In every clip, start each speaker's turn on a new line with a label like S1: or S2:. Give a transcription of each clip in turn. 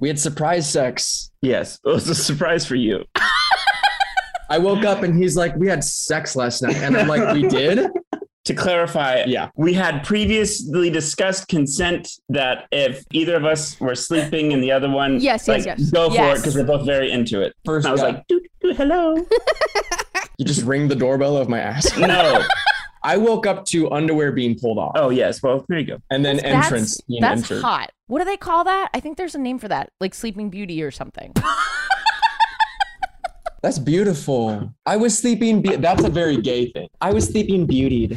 S1: We had surprise sex.
S2: Yes, it was a surprise for you.
S1: I woke up and he's like, "We had sex last night," and I'm like, "We did."
S2: To clarify,
S1: Yeah.
S2: we had previously discussed consent that if either of us were sleeping and the other one,
S3: Yes, yes,
S2: like,
S3: yes.
S2: go for
S3: Yes.
S2: it because we're both very into it.
S1: First,
S2: And I was
S1: guy,
S2: like, doo, doo, doo, hello.
S1: "You just ring the doorbell of my ass."
S2: no.
S1: I woke up to underwear being pulled off,
S2: Oh yes. Well, there you go.
S1: and then
S3: That's-
S1: entrance being
S3: That's
S1: entered.
S3: hot. What do they call that? I think there's a name for that, like Sleeping Beauty or something.
S1: That's beautiful. I was sleeping. Be- that's a very gay thing. I was sleeping beautied.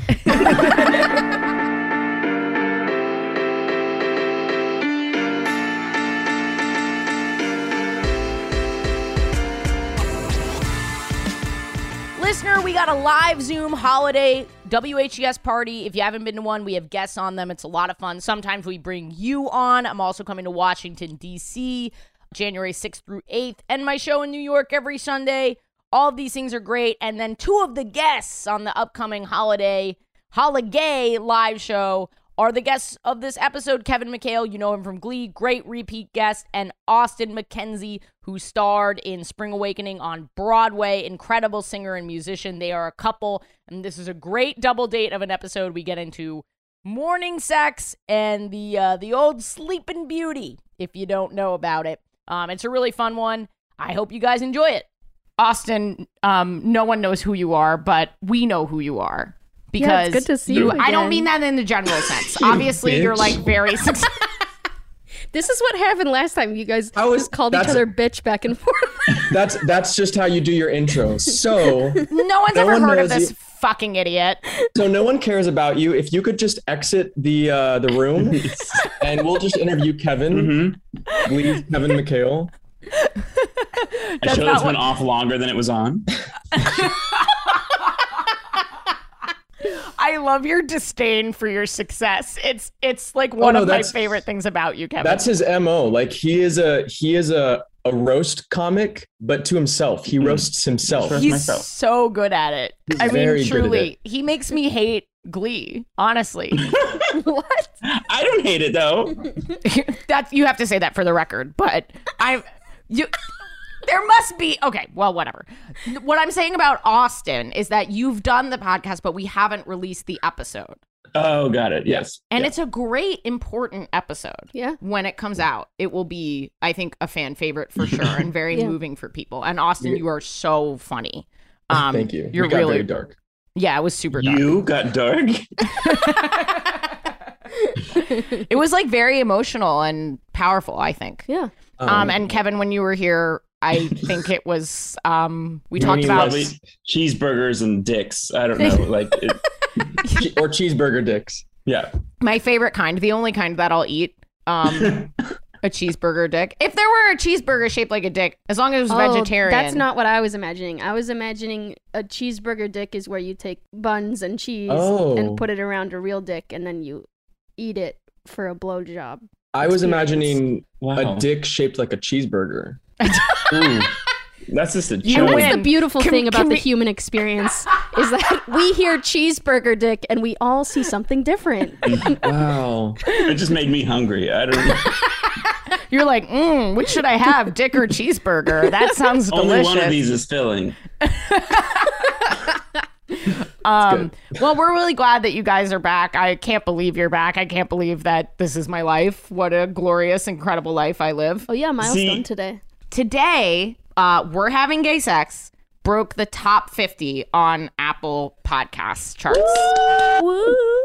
S3: Listener, we got a live Zoom holiday WHES party. If you haven't been to one, we have guests on them. It's a lot of fun. Sometimes we bring you on. I'm also coming to Washington, D.C., January 6th through 8th, and my show in New York every Sunday. All of these things are great. And then two of the guests on the upcoming holiday, holiday live show are the guests of this episode Kevin McHale, you know him from Glee, great repeat guest, and Austin McKenzie, who starred in Spring Awakening on Broadway, incredible singer and musician. They are a couple, and this is a great double date of an episode. We get into morning sex and the uh, the old sleeping beauty, if you don't know about it. Um, it's a really fun one. I hope you guys enjoy it. Austin, um, no one knows who you are, but we know who you are
S4: Yeah,
S3: because
S4: it's good to see
S3: you.
S4: you
S3: I don't
S4: again.
S3: mean that in the general sense. Obviously, you're
S1: bitch.
S3: like very successful.
S4: This is what happened last time. You guys
S1: I was-
S4: just called each
S1: that's-
S4: other bitch back and forth.
S1: That's that's just how you do your intro. So
S3: No one's
S1: No
S3: ever
S1: one
S3: heard of
S1: knows
S3: this
S1: you.
S3: fucking idiot.
S1: so no one cares about you. If you could just exit the uh, the room, and we'll just interview Kevin.
S2: Mm-hmm.
S1: Leave Kevin McHale.
S2: I
S3: That's
S2: showed
S3: not
S2: this
S3: what-
S2: went off longer than it was on.
S3: I love your disdain for your success. It's it's like one
S1: no,
S3: of my
S1: Oh, that's-
S3: favorite things about you, Kevin.
S1: That's his mo. Like he is a he is a a roast comic, but to himself. He roasts himself.
S2: Hmm. Sure.
S3: He's
S2: myself.
S3: so good at it. I mean,
S1: very good at
S3: truly, he makes me hate Glee. Honestly,
S4: what?
S2: I don't hate it though.
S3: that you have to say that for the record. But I, you, there must be okay. Well, whatever. What I'm saying about Austin is that you've done the podcast, but we haven't released the episode.
S2: Oh, got it. Yes.
S3: And it's a great, important episode.
S4: Yeah.
S3: When it comes out, it will be, I think, a fan favorite for sure and very
S4: Yeah.
S3: moving for people. And Austin, you are so funny. Um,
S1: Oh, Thank you.
S3: You're
S1: we got
S3: really,
S1: very dark.
S3: yeah, it was super dark.
S2: You got dark.
S3: it was like very emotional and powerful, I think.
S4: Yeah.
S3: Um, and Kevin, when you were here, I think it was, um, we
S1: You
S3: talked
S1: mean
S3: about,
S2: Probably cheeseburgers and dicks. I don't know. Like, it,
S1: Che- or cheeseburger dicks.
S2: yeah.
S3: my favorite kind, the only kind that I'll eat. Um, a cheeseburger dick. If there were a cheeseburger shaped like a dick, as long as it was
S4: Oh,
S3: vegetarian.
S4: That's not what I was imagining. I was imagining a cheeseburger dick is where you take buns and cheese
S1: Oh.
S4: and put it around a real dick and then you eat it for a blowjob.
S1: I was
S4: Experience.
S1: imagining a
S2: Wow.
S1: dick shaped like a cheeseburger.
S2: Ooh. That's just a
S3: You
S4: And
S2: joke.
S4: that's
S3: win.
S4: the beautiful
S3: Can-
S4: thing about
S3: can
S4: the
S3: we-
S4: human experience is that we hear cheeseburger dick and we all see something different.
S1: Wow.
S2: It just made me hungry. I don't.
S3: You're like, mm, which should I have, dick or cheeseburger? That sounds delicious.
S2: Only one of these is filling.
S3: um, well, we're really glad that you guys are back. I can't believe you're back. I can't believe that this is my life. What a glorious, incredible life I live.
S4: oh yeah, milestone
S2: See-
S4: today.
S3: Today, uh, we're having gay sex broke the top 50 on Apple Podcasts charts.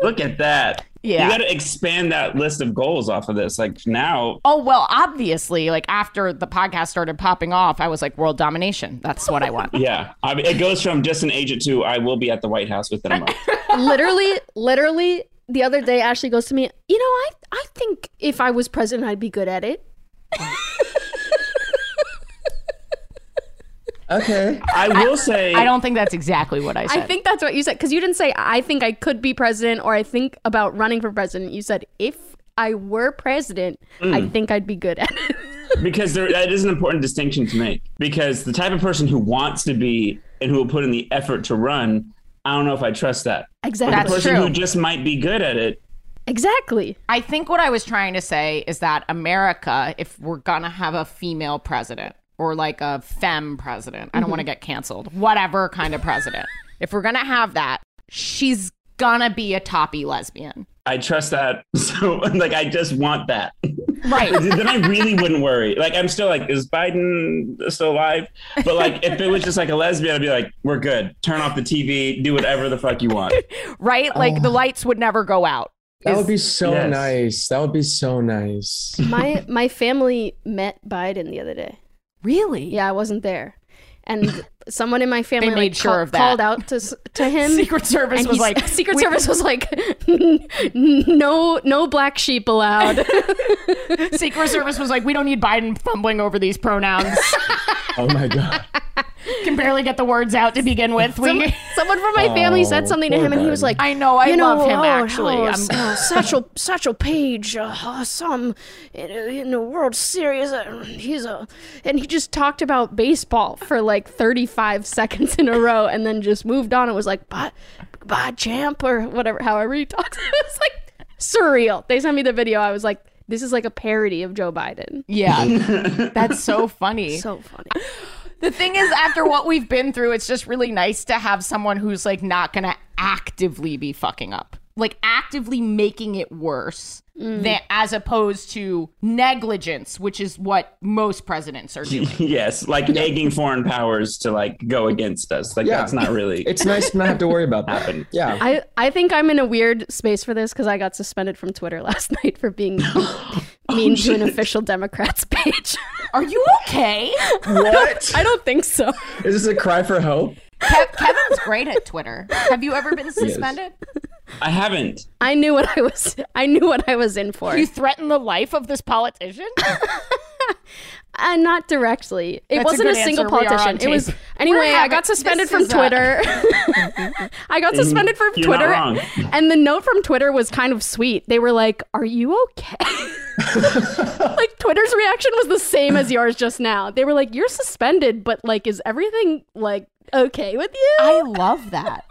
S2: Look at that.
S3: Yeah.
S2: You got to expand that list of goals off of this. Like now,
S3: Oh, well, obviously, like after the podcast started popping off, I was like, world domination. That's what I want.
S2: yeah, I mean, it goes from just an agent to I will be at the White House within a month.
S4: literally, literally, the other day Ashley goes to me, you know, I, I think if I was president, I'd be good at it.
S1: Okay.
S2: I will say
S3: I don't think that's exactly what I said.
S4: I think that's what you said because you didn't say I think I could be president or I think about running for president. You said if I were president,
S3: Mm.
S4: I think I'd be good at it.
S2: because there, that is an important distinction to make. Because the type of person who wants to be and who will put in the effort to run, I don't know if I trust that.
S4: Exactly.
S2: the person
S3: true.
S2: who just might be good at it.
S4: Exactly.
S3: I think what I was trying to say is that America, if we're gonna have a female president or like a femme president, I don't want to get canceled, whatever kind of president, if we're gonna have that, she's gonna be a toppy lesbian.
S2: I trust that. So like I just want that.
S3: Right.
S2: then I really wouldn't worry. Like I'm still like, is Biden still alive? But like if it was just like a lesbian, I'd be like, we're good. Turn off the TV, do whatever the fuck you want.
S3: right? Like the lights would never go out.
S1: That would be so
S2: Yes.
S1: nice. That would be so nice.
S4: My my family met Biden the other day.
S3: Really?
S4: Yeah, I wasn't there, and someone in my family
S3: made
S4: like,
S3: sure
S4: ca-
S3: of that.
S4: called out to s- to him.
S3: Secret Service
S4: and
S3: was
S4: he's-
S3: like,
S4: Secret
S3: "We-
S4: Service was like, no, no black sheep allowed.
S3: Secret Service was like, we don't need Biden fumbling over these pronouns.
S1: Oh my god.
S3: Can barely get the words out to begin with. We,
S4: Someone from my family said
S1: Oh,
S4: something to
S1: poor
S4: him, and he was
S1: Biden.
S4: like,
S3: I know. I
S4: you know,
S3: love him.
S4: oh,
S3: actually,
S4: oh,
S3: I'm-
S4: uh, Satchel Satchel Paige, uh, uh, some in, in the World Series. Uh, he's a and he just talked about baseball for like 35 seconds in a row, and then just moved on and was like, "Bye, bye, champ," or whatever. However he talks, it was like surreal. They sent me the video. I was like, "This is like a parody of Joe Biden."
S3: yeah, that's so funny.
S4: So funny.
S3: The thing is, after what we've been through, it's just really nice to have someone who's like not gonna actively be fucking up, like actively making it worse, than, as opposed to negligence, which is what most presidents are doing.
S2: yes. Like egging foreign powers to like go against us. Like
S1: Yeah.
S2: that's not really
S1: It's nice to not have to worry about that.
S2: Happened.
S1: Yeah.
S4: I, I think I'm in a weird space for this because I got suspended from Twitter last night for being mean to an official Democrats page.
S3: Oh, Are you okay?
S1: What?
S4: I don't think so.
S1: Is this a cry for hope?
S3: Kev- Kevin's great at Twitter. Have you ever been suspended?
S2: I haven't.
S4: I knew what I was. I knew what I was in for.
S3: You threaten the life of this politician?
S4: Uh, not directly. It
S3: That's a
S4: wasn't a,
S3: good
S4: single
S3: answer. We are
S4: politician.
S3: on
S4: It was
S3: tape.
S4: anyway. I
S3: having-
S4: got suspended
S3: this
S4: from
S3: is a-
S4: Twitter. I got suspended from
S2: You're not
S4: Twitter,
S2: wrong.
S4: and the note from Twitter was kind of sweet. They were like, "Are you okay?" like Twitter's reaction was the same as yours just now. They were like, "You're suspended, but like, is everything like okay with you?"
S3: I love that.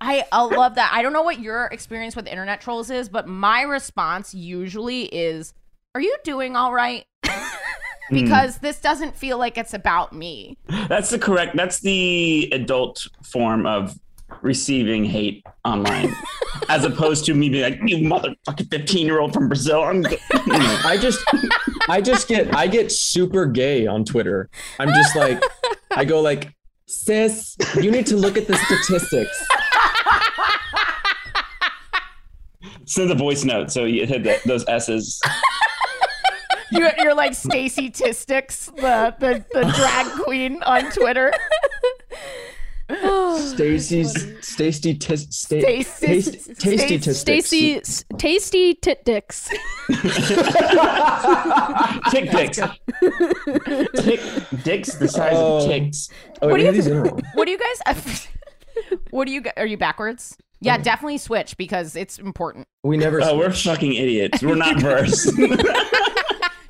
S3: I I love that. I don't know what your experience with internet trolls is, but my response usually is, "Are you doing all right?" because this doesn't feel like it's about me.
S2: That's the correct. That's the adult form of receiving hate online, as opposed to me being like, "You motherfucking fifteen-year-old from Brazil." I'm. g-" You know,
S1: I just I just get I get super gay on Twitter. I'm just like I go like sis, you need to look at the statistics.
S2: send a voice note so you hit that, those s's.
S3: You're, you're like Stacy Tistics, the, the the drag queen on Twitter.
S1: Stacy's Stacy tis, sta,
S3: Stacy-
S1: taste, tasty
S3: Stacy-
S1: statistics.
S4: Stacy, s- tasty tit dicks.
S2: Tick dicks. Tick dicks the size
S1: Oh.
S2: of ticks.
S1: Oh,
S3: What do you-
S1: these in wrong?
S3: What do you guys? What do you? gu- Are you backwards? Yeah, definitely switch because it's important.
S1: We never
S2: Oh, we're fucking idiots. We're not versed.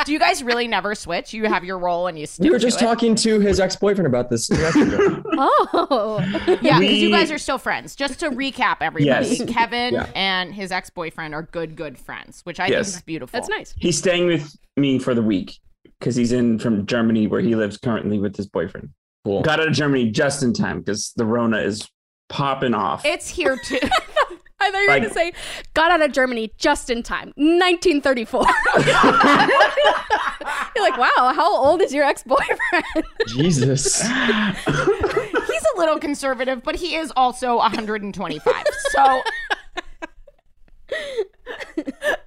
S3: Do you guys really never switch? You have your role and you stick
S1: we were
S3: to
S1: just
S3: it?
S1: talking to his ex-boyfriend about this. two nights ago.
S4: Oh,
S3: Yeah, because you
S2: We-
S3: guys are still friends. Just to recap, everybody,
S2: Yes.
S3: Kevin
S1: Yeah.
S3: and his ex boyfriend are good, good friends, which I
S2: Yes.
S3: think is beautiful.
S4: that's nice.
S2: he's staying with me for the week because he's in from Germany where he lives currently with his boyfriend.
S1: Cool.
S2: Got out of Germany just in time because the Rona is popping off.
S3: It's here too.
S4: I thought you were
S2: Like-
S4: gonna say got out of Germany just in time, 1934. You're like, wow, how old is your ex-boyfriend?
S1: Jesus.
S3: He's a little conservative, but he is also 125. So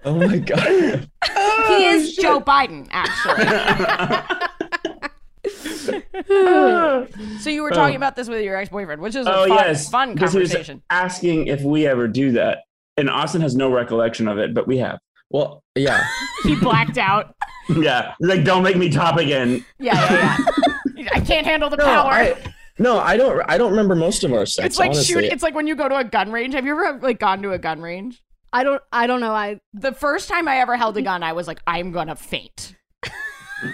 S1: Oh my god.
S3: he is Joe Biden, actually. so you were talking about this with your ex boyfriend, which is a
S2: oh
S3: fun,
S2: yes,
S3: fun
S2: Because he was
S3: conversation.
S2: asking if we ever do that, and Austin has no recollection of it, but we have.
S1: Well, yeah.
S3: He blacked out.
S2: Yeah, like don't make me top again.
S4: Oh,
S3: Yeah, yeah, yeah. I can't handle the
S1: No,
S3: power.
S1: I, no, I don't. I don't remember most of our sex.
S3: it's like
S1: honestly.
S3: shoot. It's like when you go to a gun range. Have you ever like gone to a gun range?
S4: I don't. I don't know. I
S3: The first time I ever held a gun, I was like, I'm gonna faint.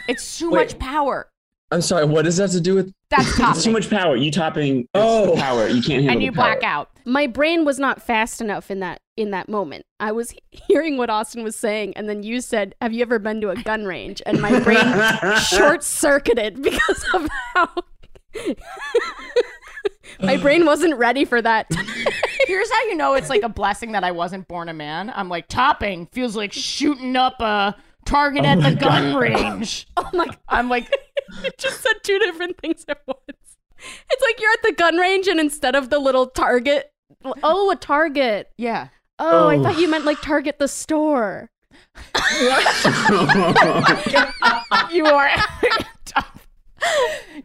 S3: it's too
S1: Wait.
S3: much power.
S1: I'm sorry. What does that have to do with?
S3: That's
S2: It's too
S3: topping,
S2: much power. You topping.
S1: Oh.
S2: Oh, power. You can't handle.
S3: and you
S2: the power.
S3: black out.
S4: my brain was not fast enough in that in that moment. I was hearing what Austin was saying, and then you said, "Have you ever been to a gun range?" And my brain short circuited because of how my brain wasn't ready for that.
S3: Here's how you know it's like a blessing that I wasn't born a man. I'm like topping feels like shooting up a target at the gun range.
S4: Oh my! God.
S3: I'm like,
S4: It just said two different things at once. It's like you're at the gun range, and instead of the little target, oh, a target.
S3: yeah.
S4: Oh, I
S2: Oh.
S4: thought you meant like Target the store.
S3: You are tough.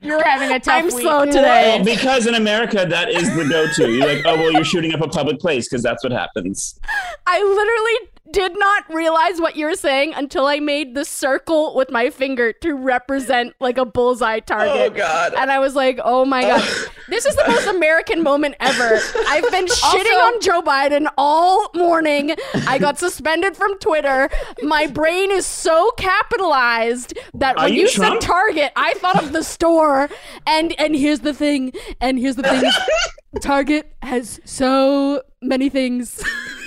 S3: You're having a tough
S4: I'm
S3: week.
S4: slow today.
S2: Well, because in America, that is the go-to. You're like, oh well, you're shooting up a public place because that's what happens.
S4: I literally did not realize what you were saying until I made the circle with my finger to represent like a bullseye
S1: Oh
S4: target.
S1: God.
S4: And I was like, oh my God. This is the most American moment ever. I've been shitting on Joe Biden all morning. I got suspended from Twitter. My brain is so capitalized that
S2: Are
S4: when
S2: you
S4: you, said
S2: Trump?
S4: Target, I thought of the store. And and here's the thing. And here's the thing. Target has so many things.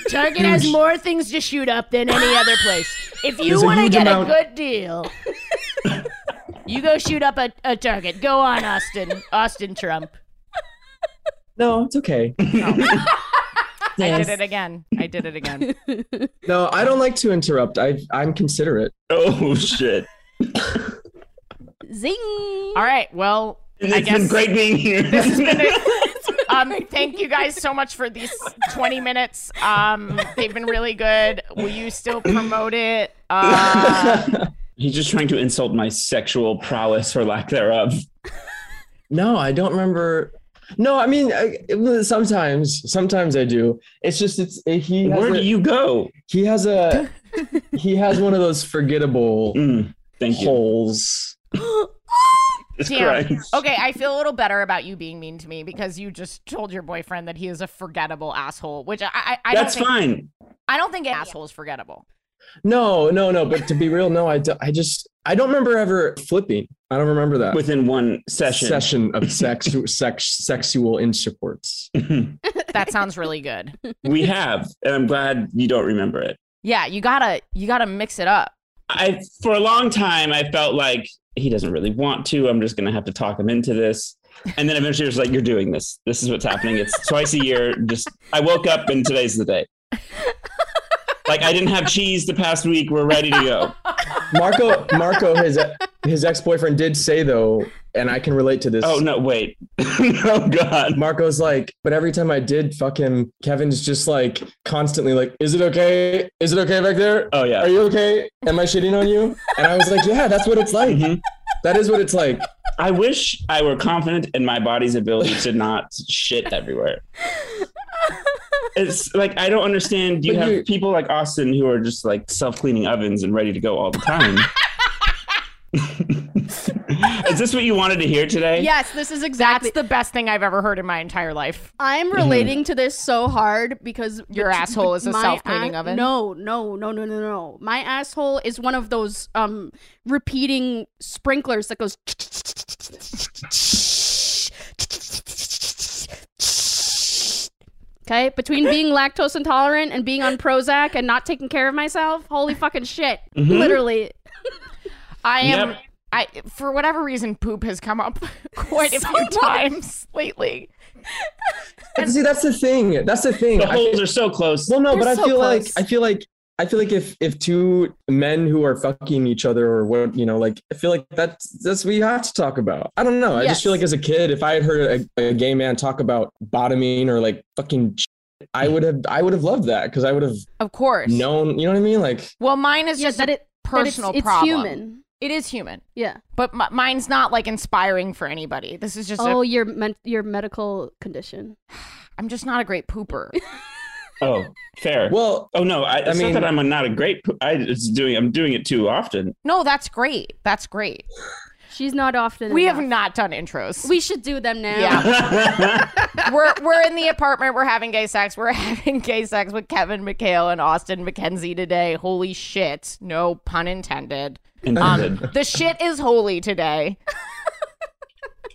S3: Target has more things to shoot up than any other place. If you
S1: There's a
S3: want to
S1: huge
S3: get
S1: amount-
S3: a good deal, you go shoot up a, a Target. Go on, Austin. Austin Trump.
S1: No, it's okay.
S3: I did it again. I did it again.
S1: No, I don't like to interrupt. I I'm considerate.
S2: Oh shit!
S4: Zing.
S3: All right. Well,
S2: It's
S3: I guess.
S2: been great being here.
S3: Um, thank you guys so much for these 20 minutes. Um, they've been really good. Will you still promote it? Uh,
S2: He's just trying to insult my sexual prowess or lack thereof.
S1: No, I don't remember. No, I mean I, it- sometimes, sometimes I do. It's just it's it, he has
S2: Where
S1: a,
S2: do you go?
S1: he has a he has one of those forgettable
S2: Mm, thank you.
S1: holes.
S3: damn.
S2: Christ.
S3: Okay, I feel a little better about you being mean to me because you just told your boyfriend that he is a forgettable asshole, which I, I, I don't
S2: That's
S3: think,
S2: fine.
S3: I don't think an asshole is forgettable.
S1: No, no, no. But to be real, no, I do, I just I don't remember ever flipping. I don't remember that
S2: Within one session.
S1: of sex sex sexual intercourse.
S3: That sounds really good.
S2: We have, and I'm glad you don't remember it.
S3: Yeah, you gotta you gotta mix it up.
S2: I for a long time I felt like he doesn't really want to. I'm just gonna have to talk him into this. And then eventually it was like, You're doing this. This is what's happening. It's twice a year. Just I woke up and today's the day. Like I didn't have cheese the past week. We're ready to go.
S1: Marco Marco his his ex boyfriend did say though, and I can relate to this.
S2: Oh no, wait. oh god.
S1: Marco's like, but every time I did fuck him, Kevin's just like constantly like, is it okay? Is it okay back there? Uh,
S2: Oh yeah.
S1: Are you okay? Am I shitting on you? And I was like, yeah, that's what it's like.
S2: Mhm.
S1: That is what it's like.
S2: I wish I were confident in my body's ability to not shit everywhere. It's like I don't understand. You
S1: But
S2: have
S1: you-
S2: people like Austin who are just like self-cleaning ovens and ready to go all the time. Is this what you wanted to hear today?
S4: Yes, this is exactly.
S3: That's the best thing I've ever heard in my entire life.
S4: I'm relating to this so hard because
S3: Your
S4: bet-
S3: asshole is a
S4: my
S3: self-cleaning
S4: a-
S3: oven?
S4: No, no, no, no, no, no. My asshole is one of those um repeating sprinklers that goes. Okay, between being lactose intolerant and being on Prozac and not taking care of myself, holy fucking shit! Literally,
S3: I am.
S2: Yep.
S3: I for whatever reason, poop has come up quite a few times lately.
S1: But see, that's the thing. That's the thing.
S2: The
S1: I feel-
S2: holes are so close.
S1: well, no,
S4: They're
S1: but I
S4: so
S1: feel
S4: close.
S1: like I feel like I feel like if if two men who are fucking each other or what you know, like I feel like that's that's what you have to talk about. I don't know. I
S4: Yes.
S1: just feel like as a kid, if I had heard a, a gay man talk about bottoming or like fucking, shit, I would have I would have loved that because I would have
S3: Of course.
S1: known. You know what I mean? Like
S3: Well, mine is
S4: Yeah,
S3: just
S4: but
S3: a
S4: it- But it's,
S3: personal
S4: it's
S3: problem.
S4: human.
S3: It is human,
S4: Yeah.
S3: but m- mine's not like inspiring for anybody. This is just.
S4: Oh,
S3: A,
S4: your men- your medical condition.
S3: I'm just not a great pooper.
S2: Oh, fair.
S1: well.
S2: oh no, I, it's
S1: mean-
S2: not that I'm not a great. po- I it's doing. I'm doing it too often.
S3: no, that's great. That's great.
S4: She's not often.
S3: We
S4: enough.
S3: have not done intros.
S4: We should do them now.
S3: yeah. we're we're in the apartment. We're having gay sex. We're having gay sex with Kevin McHale and Austin McKenzie today. Holy shit. No pun intended.
S1: Um,
S2: Intended.
S3: Um, The shit is holy today.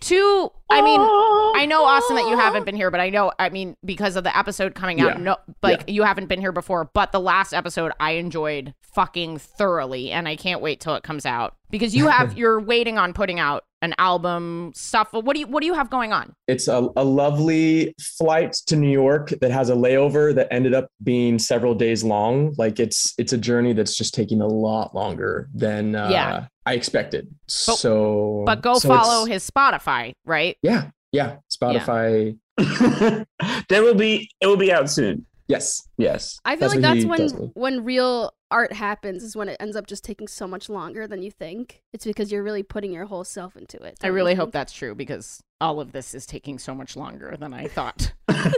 S3: Two, I mean, I know Austin that you haven't been here, but I know, I mean, because of the episode coming out,
S2: Yeah.
S3: no, like you haven't been here before. But the last episode I enjoyed fucking thoroughly, and I can't wait till it comes out because you have you're waiting on putting out an album stuff. What do you what do you have going on?
S1: It's a, a lovely flight to New York that has a layover that ended up being several days long. Like it's it's a journey that's just taking a lot longer than uh,
S3: Yeah.
S1: I expected. so,
S3: But go
S1: so
S3: follow
S1: it's-
S3: his Spotify, right?
S1: Yeah, yeah. Spotify.
S2: there will be it will be out soon.
S1: Yes,
S2: Yes.
S4: I feel
S1: That's
S4: like
S1: what
S4: that's
S1: he
S4: when
S1: does with-
S4: when real art happens is when it ends up just taking so much longer than you think. It's because you're really putting your whole self into it.
S3: I really hope that's true because all of this is taking so much longer than I thought.
S4: that.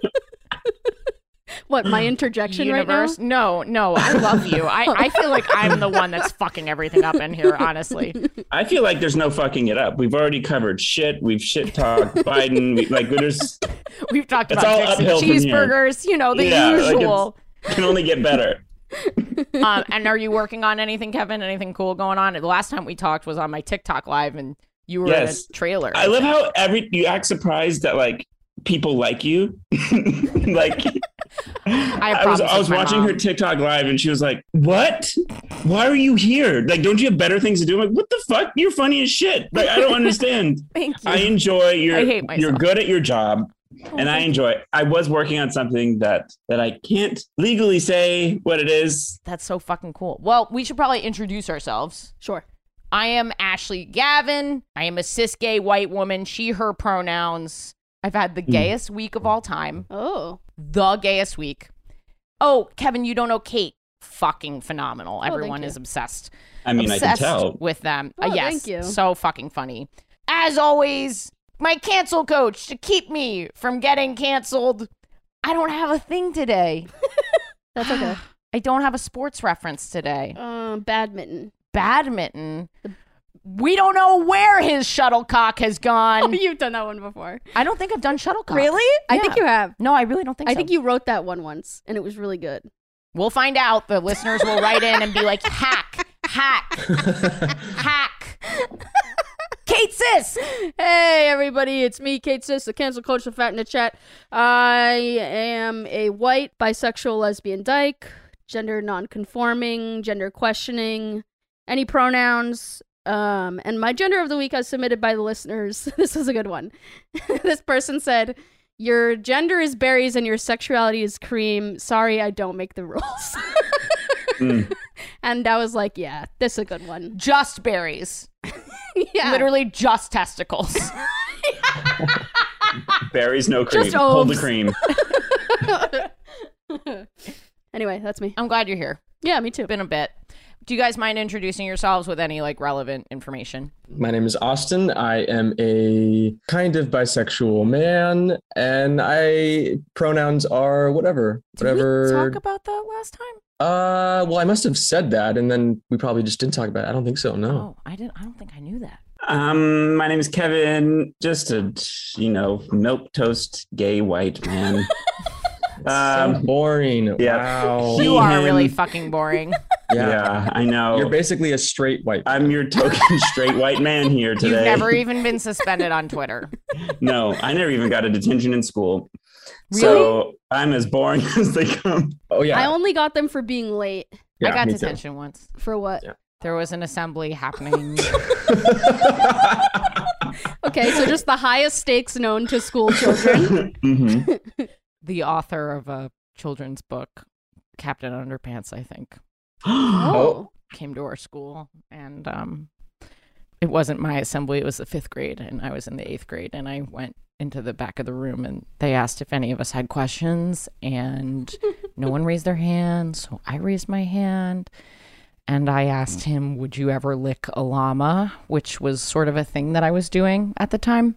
S4: What my interjection
S3: Universe, no, no, I love you. I, I feel like I'm the one that's fucking everything up in here, honestly.
S2: I feel like there's no fucking it up. We've already covered shit. We've shit talked Biden. We, like there's
S3: We've talked
S2: It's all
S3: about dicks and
S2: uphill from here.
S3: cheeseburgers, you know, the
S2: Yeah, like
S3: usual.
S2: can only get better.
S3: um, and are you working on anything, Kevin? Anything cool going on? The last time we talked was on my TikTok live, and you were
S2: Yes.
S3: in a trailer.
S2: I love how every you act surprised that like people like you. like
S3: I have
S2: I was
S3: problems
S2: I was
S3: with my
S2: watching her
S3: mom.
S2: TikTok live and she was like, "What? Why are you here? Like, don't you have better things to do?" I'm like, "What the fuck? You're funny as shit. Like, I don't understand.
S3: Thank you.
S2: I enjoy your.
S3: I hate
S2: you're
S3: myself. Oh,
S2: good at your job." and I enjoy. It. I was working on something that that I can't legally say what it is.
S3: That's so fucking cool. Well, we should probably introduce ourselves.
S4: Sure.
S3: I am Ashley Gavin. I am a cis gay white woman, she, her pronouns. I've had
S2: Hmm.
S3: the gayest week of all time.
S4: Oh,
S3: The gayest week. Oh, Kevin, you don't know Kate. Fucking phenomenal.
S4: Oh, thank
S3: Everyone
S4: you.
S3: is obsessed.
S2: I mean, I can
S3: obsessed
S2: tell.
S3: with them. Uh,
S4: Oh,
S3: yes,
S4: thank you.
S3: so fucking funny. As always, my cancel coach to keep me from getting canceled. I don't have a thing today.
S4: that's okay.
S3: I don't have a sports reference today.
S4: um, badminton.
S3: Badminton. We don't know where his shuttlecock has gone.
S4: You've done that one before.
S3: I don't think I've done shuttlecock.
S4: Oh, I think
S3: Yeah.
S4: you have.
S3: No, I really don't think
S4: I
S3: so.
S4: think you wrote that one once, and it was really good.
S3: We'll find out. The listeners will write in and be like, hack, hack, hack. Kate Sis.
S4: Hey everybody, it's me, Kate Sis, the cancel coach, the fat in the chat. I am a white, bisexual, lesbian dyke, gender non-conforming, gender questioning, any pronouns. Um, and my gender of the week as submitted by the listeners. this was a good one. this person said, "Your gender is berries and your sexuality is cream. Sorry, I don't make the rules."
S2: Mm.
S4: and I was like, "Yeah, this is a good one."
S3: Just berries.
S4: yeah,
S3: Literally just testicles.
S2: Barry's no cream.
S4: Just
S2: Hold the
S4: oafs.
S2: cream.
S4: anyway, that's me.
S3: I'm glad you're here.
S4: Yeah, me too.
S3: Been a bit. Do you guys mind introducing yourselves with any like relevant information?
S1: my name is Austin. I am a kind of bisexual man, and I pronouns are whatever, whatever.
S3: Did we talk about that last time?
S1: Uh, well, I must have said that, and then we probably just didn't talk about it. I don't think so. No.
S3: Oh, I didn't. I don't think I knew that.
S2: Um, my name is Kevin. Just a you know milk toast gay white man.
S1: So
S3: Oh.
S2: um,
S1: boring.
S2: yeah.
S1: Wow.
S3: You are
S2: Him.
S3: really fucking boring.
S1: yeah.
S2: yeah, I know.
S1: You're basically a straight white.
S2: I'm your token straight white man here today.
S3: You've never e- even been suspended on Twitter.
S2: No, I never even got a detention in school.
S3: Really?
S2: So I'm as boring as they come.
S1: oh yeah.
S4: I only got them for being late.
S1: yeah
S3: I got
S1: me
S3: detention once.
S4: For what?
S1: Yeah.
S3: There was an assembly happening.
S4: Okay, so just the highest stakes known to school children.
S2: hmm
S3: the author of a children's book, Captain Underpants, I think,
S4: oh.
S3: came to our school and um it wasn't my assembly it was the fifth grade and i was in the eighth grade and i went into the back of the room and they asked if any of us had questions and no one raised their hand so i raised my hand and i asked him would you ever lick a llama which was sort of a thing that i was doing at the time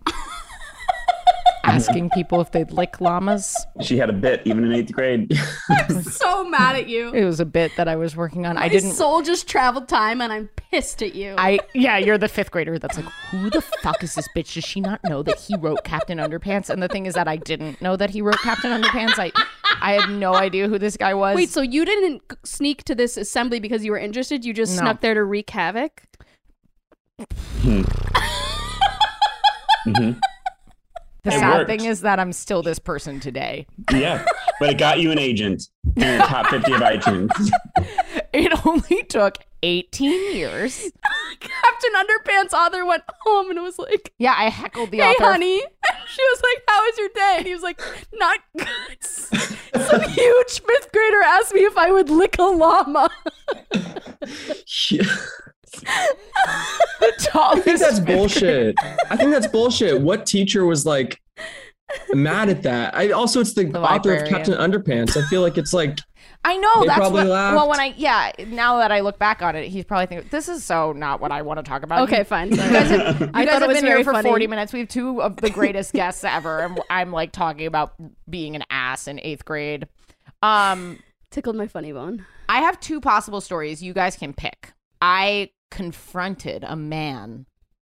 S3: asking people if they'd lick llamas.
S2: She had a bit even in eighth grade.
S4: so mad at you.
S3: It was a bit that I was working on. Oh. I
S4: My
S3: didn't.
S4: soul just traveled time and I'm pissed at you.
S3: I yeah, you're the fifth grader that's like, who the fuck is this bitch? Does she not know that he wrote Captain Underpants? And the thing is that I didn't know that he wrote Captain Underpants. I I had no idea who this guy was.
S4: Wait, so you didn't g- sneak to this assembly because you were interested? You just
S3: No.
S4: snuck there to wreak havoc?
S2: Mhm.
S3: the
S2: It
S3: sad
S2: worked.
S3: thing is that I'm still this person today.
S2: Yeah, but it got you an agent in the top 50 of iTunes.
S3: It only took 18 years.
S4: Captain Underpants author went home and was like,
S3: Yeah, I heckled the
S4: "Hey,
S3: author.
S4: honey." She was like, "How was your day?" And he was like, "Not good." Some huge fifth grader asked me if I would lick a llama.
S3: The tallest.
S1: I think that's bullshit. I think that's bullshit. What teacher was like mad at that? I also it's the,
S3: The
S1: author of
S3: librarian.
S1: Captain Underpants. I feel like it's like
S3: I know
S1: They
S3: that's
S1: probably
S3: what,
S1: laughed.
S3: well when I yeah now that I look back on it he's probably thinking this is so not what I want to talk about.
S4: Okay,
S3: You
S4: fine. sorry.
S3: guys have, you guys
S4: I thought it
S3: have
S4: was
S3: been here
S4: very
S3: for
S4: funny.
S3: 40 minutes. We have two of the greatest guests ever, and I'm like talking about being an ass in eighth grade. Um,
S4: Tickled my funny bone.
S3: I have two possible stories you guys can pick. I confronted a man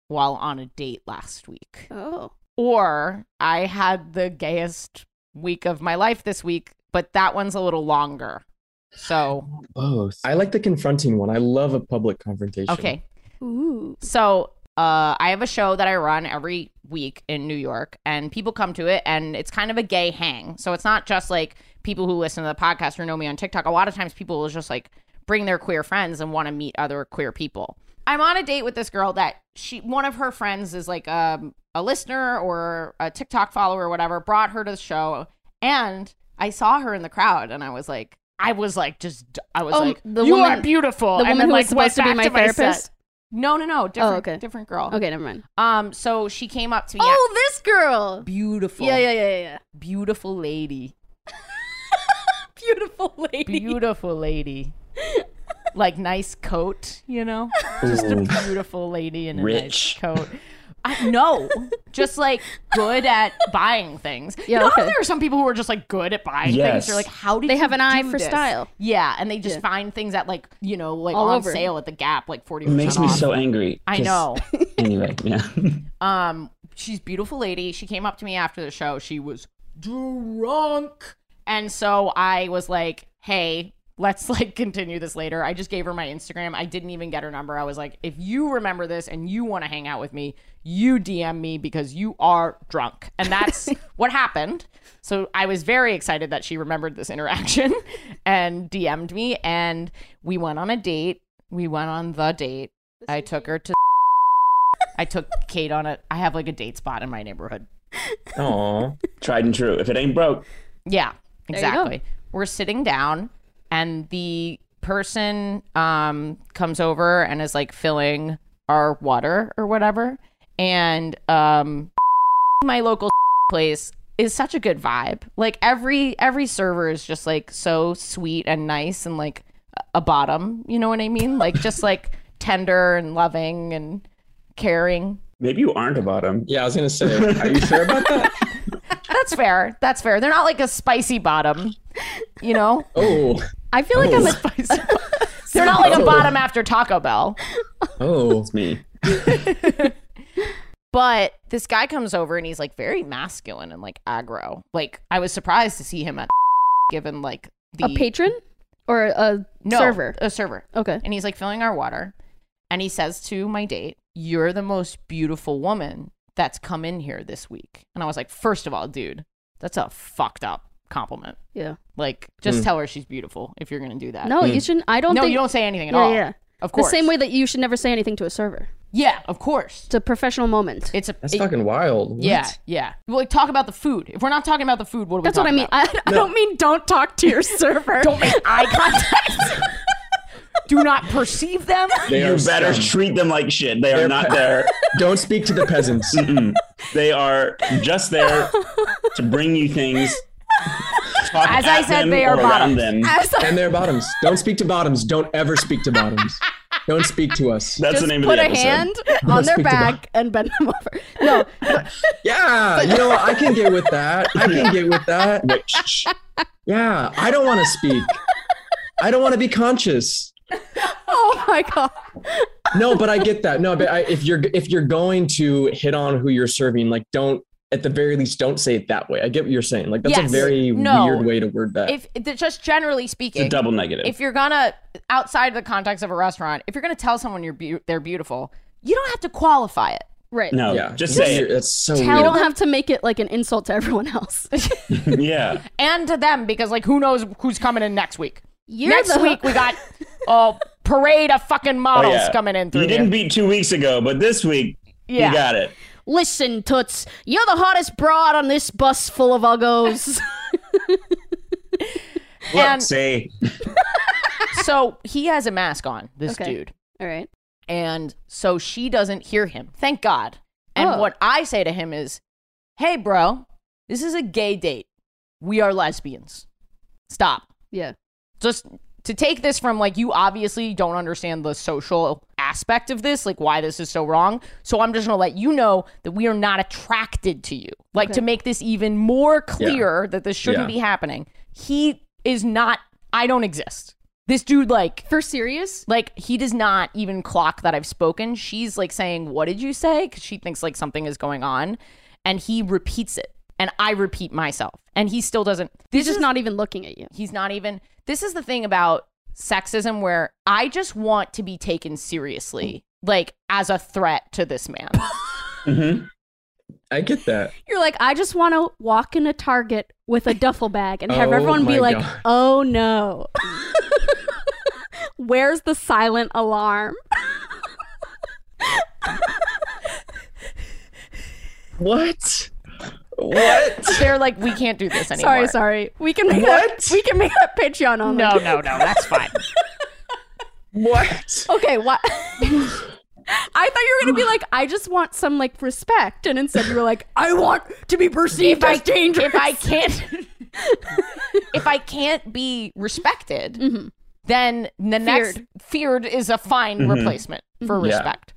S3: while on a date last week,
S4: Oh,
S3: or I had the gayest week of my life this week, but that one's a little longer. So,
S2: Both.
S1: I like the confronting one. I love a public confrontation.
S3: okay.
S4: ooh.
S3: So uh, I have a show that I run every week in New York, and people come to it, and it's kind of a gay hang. So it's not just like people who listen to the podcast or know me on TikTok. A lot of times people will just like bring their queer friends and want to meet other queer people. I'm on a date with this girl that she, one of her friends is like um, a listener or a TikTok follower or whatever, brought her to the show. And I saw her in the crowd and I was like, I was like, just, I was
S4: Oh,
S3: like,
S4: the
S3: you
S4: woman-
S3: are beautiful.
S4: the
S3: and
S4: woman
S3: then,
S4: who
S3: like,
S4: was supposed to
S3: went
S4: be
S3: back
S4: my
S3: set.
S4: therapist?
S3: No, no, no. Different,
S4: Oh, okay.
S3: different girl.
S4: Okay, never mind.
S3: Um, so she came up to me.
S4: Oh, this girl.
S3: beautiful.
S4: Yeah, yeah, yeah, yeah, yeah.
S3: Beautiful lady.
S4: Beautiful lady.
S3: Beautiful lady. like nice coat, you know? Just a beautiful lady in a
S2: Rich.
S3: nice coat. I, no, just like good at buying things.
S4: Yeah,
S3: you know, how
S4: okay.
S3: there are some people who are just like good at buying things.
S2: Yes.
S3: You're like, how did
S4: They
S3: you
S4: have an eye
S3: do
S4: for
S3: this?
S4: style.
S3: Yeah, and they just
S4: Yeah.
S3: find things at like you know like
S4: All
S3: on
S4: over.
S3: sale at the Gap, like forty.
S2: It makes me
S3: off.
S2: so angry.
S3: I
S2: 'cause-
S3: know.
S2: Anyway, yeah.
S3: Um, she's a beautiful lady. She came up to me after the show. She was drunk, and so I was like, "Hey, let's like continue this later." I just gave her my Instagram. I didn't even get her number. I was like, "If you remember this and you want to hang out with me, you DM me because you are drunk," and that's what happened. So I was very excited that she remembered this interaction and DM'd me, and we went on a date. We went on the date. I took her to I took Kate on a. I have like a date spot in my neighborhood.
S1: Aw.
S2: Tried and true. If it ain't broke,
S3: Yeah,
S4: you go.
S3: exactly. We're sitting down, and the person um, comes over and is like filling our water or whatever. And um, my local place is such a good vibe. Like every every server is just like so sweet and nice and like a bottom. You know what I mean? Like just like tender and loving and caring.
S2: maybe you aren't a bottom.
S1: Yeah, I was gonna say, are you sure about that?
S3: That's fair. That's fair. They're not like a spicy bottom, you know.
S1: Oh,
S4: I feel like I'm a
S3: Spicy bo- They're not like a bottom after Taco Bell.
S1: oh,
S2: It's me.
S3: But this guy comes over and he's like very masculine and like aggro. Like I was surprised to see him at given like the
S4: a patron or a
S3: No,
S4: server.
S3: a server,
S4: Okay.
S3: and he's like filling our water, and he says to my date, "You're the most beautiful woman that's come in here this week." And I was like, first of all, dude, that's a fucked up compliment.
S4: Yeah.
S3: Like, just tell her she's beautiful if you're gonna do that.
S4: Hmm. No, you shouldn't. I don't.
S3: Uh, no,
S4: think,
S3: you don't say anything at
S4: Yeah,
S3: all.
S4: yeah.
S3: Of
S4: The
S3: course.
S4: same way that you should never say anything to a server.
S3: Yeah, of course.
S4: It's a professional moment.
S3: It's a.
S1: that's
S3: it-
S1: fucking wild.
S3: yeah,
S1: What?
S3: yeah. Well, like talk about the food. If we're not talking about the food, what are we?
S4: That's what I mean. I, I don't mean don't talk to your server.
S3: Don't make eye contact. Do not perceive them.
S1: They
S2: You
S1: are
S2: better
S1: scum.
S2: treat them like shit. They are
S1: They're
S2: not
S1: pe-
S2: there.
S1: Don't speak to the peasants.
S2: Mm-mm. They are just there to bring you things. Talk
S3: As I
S2: at
S3: said,
S2: them
S3: they are
S2: or around
S3: bottoms.
S2: Them.
S4: As-
S1: and their bottoms. Don't speak to bottoms. Don't ever speak to bottoms. Don't speak to us.
S2: That's the
S4: Just
S2: name of
S4: put
S2: the
S4: a
S2: episode.
S4: hand on their
S1: Speak to them.
S4: back and bend them over. No,
S1: Yeah, you know, I can get with that. I can get with that.
S2: Wait, shh, shh.
S1: Yeah, I don't want to speak. I don't want to be conscious.
S4: oh my god.
S1: No, but I get that. No, but I, if you're if you're going to hit on who you're serving, like don't at the very least don't say it that way. I get what you're saying. Like that's
S3: Yes.
S1: a very
S3: No.
S1: weird way to word that.
S3: If th- just generally
S2: It's a
S3: speaking,
S2: double negative.
S3: if you're gonna outside of the context of a restaurant, if you're gonna tell someone you're beau they're beautiful, you don't have to qualify it.
S4: Right.
S2: no,
S1: yeah, it's
S2: just say
S1: weird.
S2: it.
S1: That's so
S4: You
S1: weird.
S4: don't have to make it like an insult to everyone else.
S2: Yeah.
S3: and to them because like who knows who's coming in next week.
S4: You're
S3: next
S4: the-
S3: week we got a parade of fucking models coming in through
S2: Oh, You
S3: here.
S2: didn't beat two weeks ago, but this week
S3: Yeah.
S2: you got it.
S4: Listen, Toots, you're the hottest broad on this bus full of uggos.
S2: Look,
S3: And-
S2: say
S3: so he has a mask on, this
S4: Okay.
S3: dude.
S4: All right.
S3: And so she doesn't hear him. Thank God. And
S4: Oh.
S3: what I say to him is, "Hey bro, this is a gay date. We are lesbians. Stop."
S4: Yeah.
S3: just to take this from like you obviously don't understand the social aspect of this like why this is so wrong so i'm just going to let you know that we are not attracted to you like to make this even more clear that this shouldn't
S1: Yeah.
S3: be happening he is not i don't exist this dude like
S4: For serious?
S3: like he does not even clock that I've spoken. She's like saying, "What did you say?" cuz she thinks like something is going on and he repeats it and I repeat myself and he still doesn't this
S4: He's just not even looking at you.
S3: He's not even. This is the thing about sexism where I just want to be taken seriously, like as a threat to this man.
S2: Mhm.
S1: I get that.
S4: You're like, I just want to walk in a Target with a duffel bag and have
S1: Oh
S4: everyone be
S1: my
S4: like,
S1: God.
S4: oh no. Where's the silent alarm?
S1: What? What?
S3: They're like, we can't do this anymore.
S4: Sorry, sorry. We can make that.
S1: What?
S4: We can make that Patreon on.
S3: No, no, no. That's fine.
S1: What?
S4: Okay, what? I thought you were gonna be like, I just want some like respect, and instead you were like, I want to be perceived as dangerous.
S3: if I can't, if I can't be respected, then the next
S4: Mm-hmm. Feared.
S3: feared
S4: Mm-hmm.
S3: is a fine
S2: Mm-hmm.
S3: replacement for
S1: Yeah.
S3: respect.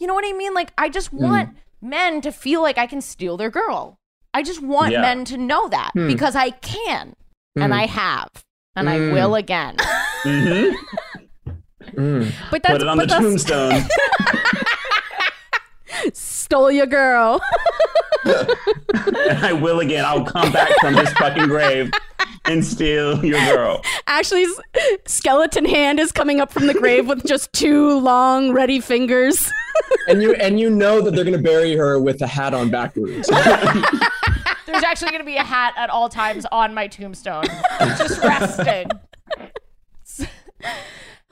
S3: You know what I mean? Like I just
S2: Mm.
S3: want men to feel like I can steal their girl. I just want
S2: Yeah. Mm.
S3: men to know that because I can and I have and I
S2: Mm.
S3: will again.
S2: Mhm.
S4: but
S2: Mm. Put
S4: that's
S2: it on the
S4: but that's
S2: tombstone.
S4: stole your girl.
S2: I will again. I'll come back from this fucking grave and steal your girl.
S4: Ashley's skeleton hand is coming up from the grave with just two long, ready fingers.
S1: And you and you know that they're gonna bury her with a hat on backwards.
S3: There's actually going to be a hat at all times on my tombstone, just resting.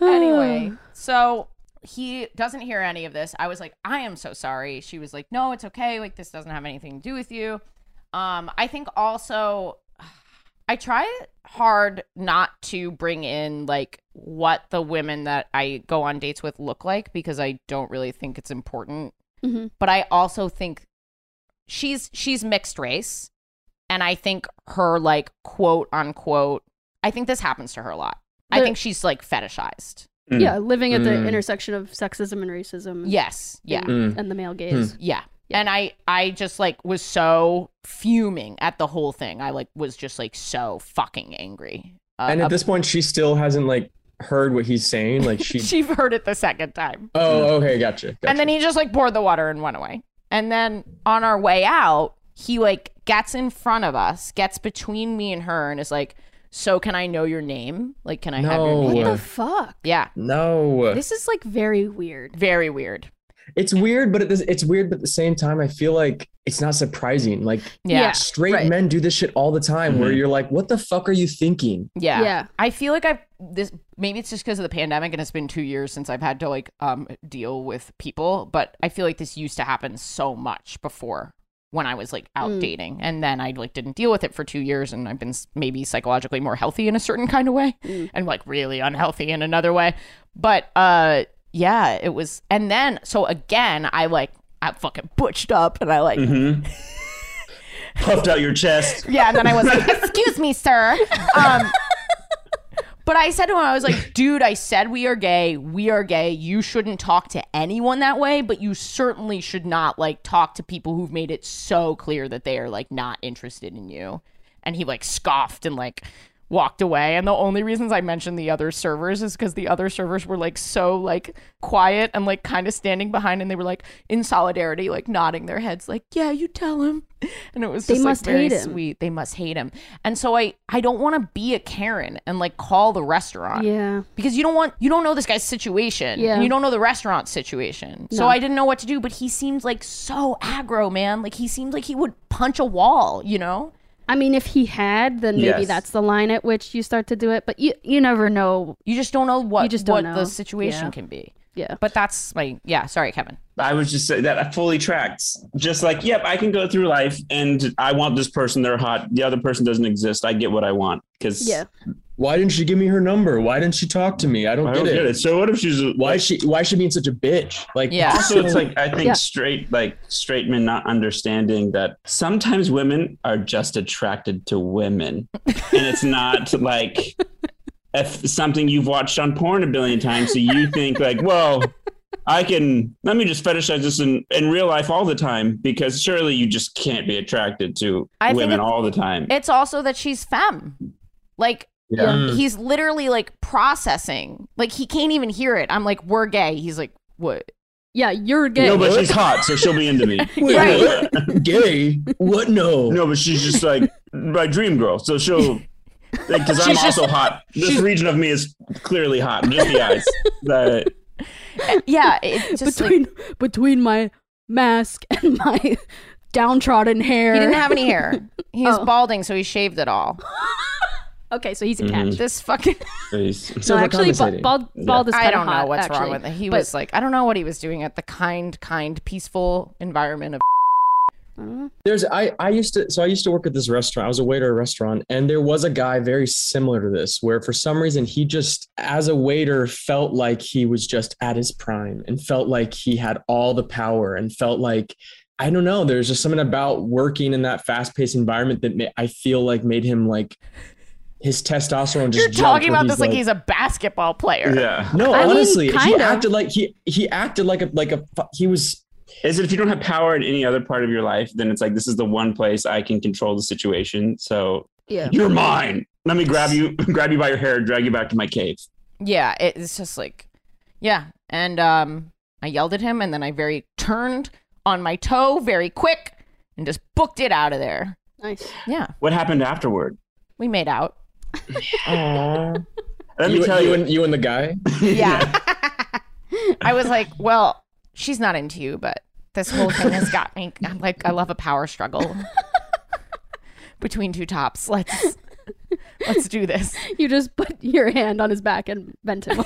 S3: anyway, so he doesn't hear any of this. I was like, I am so sorry. She was like, No, it's okay. Like this doesn't have anything to do with you. Um, I think also I try hard not to bring in like what the women that I go on dates with look like because I don't really think it's important.
S4: Mhm.
S3: But I also think she's she's mixed race and I think her like quote unquote I think this happens to her a lot. I
S4: The-
S3: think she's like fetishized.
S2: Mm.
S4: Yeah, living at the
S1: Mm.
S4: intersection of sexism and racism.
S3: Yes. Yeah.
S1: Mm.
S4: and the male gaze.
S3: Mm-hmm. Yeah. And I I just like was so fuming at the whole thing. I like was just like so fucking angry. Uh,
S1: And
S3: uh,
S1: at this point, she still hasn't like heard what he's saying. Like she.
S3: she heard it the second time.
S1: oh, okay, gotcha. gotcha.
S3: And then he just like poured the water and went away. And then on our way out, he like gets in front of us, gets between me and her and is like, "So can I know your name? Like can I have your
S1: No.
S3: name?"
S4: What
S1: Yeah.
S4: the fuck?
S3: Yeah.
S1: no,
S4: This is like very weird.
S3: Very weird.
S1: it's weird, but at this, it's weird, but at the same time, I feel like it's not surprising. Like
S3: Yeah.
S1: straight
S4: right.
S1: men do this shit all the time, where
S2: Mhm.
S1: you're like, "What the fuck are you thinking?"
S3: Yeah.
S4: Yeah.
S3: I feel like I've this maybe it's just because of the pandemic and it's been two years since I've had to like um deal with people, but I feel like this used to happen so much before when I was like out
S4: Mm.
S3: dating. And then I like didn't deal with it for two years and I've been s- maybe psychologically more healthy in a certain kind of way
S4: Mm.
S3: and like really unhealthy in another way. But uh yeah, it was and then so again I like I fucking butched up and I like
S2: Mhm. Puffed out your chest.
S3: yeah, and then I was like, "Excuse me, sir." Um, But I said to him, I was like, dude, I said we are gay. We are gay. You shouldn't talk to anyone that way, but you certainly should not like talk to people who've made it so clear that they are like not interested in you. And he like scoffed and like walked away. And the only reasons I mentioned the other servers is because the other servers were like so like quiet and like kind of standing behind and they were like in solidarity, like nodding their heads, like, yeah, you tell him. And it was
S4: They
S3: just, like,
S4: must
S3: very
S4: hate him.
S3: sweet. They must hate him. And so I I don't want to be a Karen and like call the restaurant
S4: Yeah.
S3: because you don't want you don't know this guy's situation
S4: Yeah.
S3: and you don't know the restaurant situation so i didn't know what to do but he seemed like so aggro man like he seemed like he would punch a wall you know
S4: I mean, if he had, then maybe
S1: Yes.
S4: that's the line at which you start to do it. But you you never know.
S3: you just don't know what
S4: You just
S3: what
S4: don't know.
S3: the situation
S4: Yeah.
S3: can be
S4: Yeah.
S3: but that's my yeah sorry kevin
S2: I was just saying that I fully tracked. Just like, yep, I can go through life and I want this person, they're hot. The other person doesn't exist. I get what I want. Because
S4: Yeah.
S1: Why didn't she give me her number? Why didn't she talk to me? I don't,
S2: I don't
S1: get, it.
S2: So what if she's a-
S1: Why is she why is she being such a bitch? Like
S3: Yeah.
S2: also it's like I think
S4: Yeah.
S2: straight like straight men not understanding that sometimes women are just attracted to women. and it's not like if something you've watched on porn a billion times. So you think like, well, I can let me just fetishize this in, in real life all the time because surely you just can't be attracted to
S3: I think
S2: women
S3: it's-
S2: all the time.
S3: it's also that she's femme like
S1: Mm.
S3: he's literally like processing like he can't even hear it i'm like we're gay he's like what
S4: Yeah, you're gay.
S2: No, but she's hot, so she'll be into me.
S1: Wait,
S3: Right.
S1: what? Gay? What? No.
S2: No, but she's just like my dream girl. So she'll because I'm
S3: She's just-
S2: also hot. This region of me is clearly hot. Just the eyes. But
S3: yeah it's just like
S4: between between my mask and my downtrodden hair.
S3: he didn't have any hair he's
S4: Oh.
S3: balding so he shaved it all
S4: okay, so he's a catch.
S3: this fucking
S4: So actually, ba-
S1: overcompensating.
S4: bald bald is
S3: I
S4: kind
S3: don't
S4: of hot.
S3: know what's wrong
S4: actually.
S3: with it. He
S4: But-
S3: was like, I don't know what he was doing at the kind, kind, peaceful environment of.
S1: There's I I used to so I used to work at this restaurant. I was a waiter at a restaurant, and there was a guy very similar to this, where for some reason he just as a waiter felt like he was just at his prime and felt like he had all the power and felt like I don't know. There's just something about working in that fast-paced environment that ma- I feel like made him like his testosterone just.
S3: You're
S1: jumped
S3: talking
S1: when
S3: about this like, he's a basketball player.
S2: yeah.
S1: No,
S4: I mean,
S1: honestly, he
S4: kind of.
S1: acted like he he acted like a like a fu- he was
S2: Is it if you don't have power in any other part of your life, then it's like this is the one place I can control the situation. So
S4: Yeah.
S2: you're mine. Let me grab you, grab you by your hair, and drag you back to my cave.
S3: Yeah, it- it's just like, yeah. And um, I yelled at him, and then I very turned on my toe very quick and just booked it out of there.
S4: nice.
S3: Yeah,
S2: What happened afterward?
S3: we made out.
S2: Let me
S1: you,
S2: tell
S1: you
S2: you.
S1: and you and the guy.
S3: Yeah. I was like, well, she's not into you, but this whole thing has got me. I'm like, I love a power struggle between two tops. Let's let's do this.
S4: You just put your hand on his back and bent him.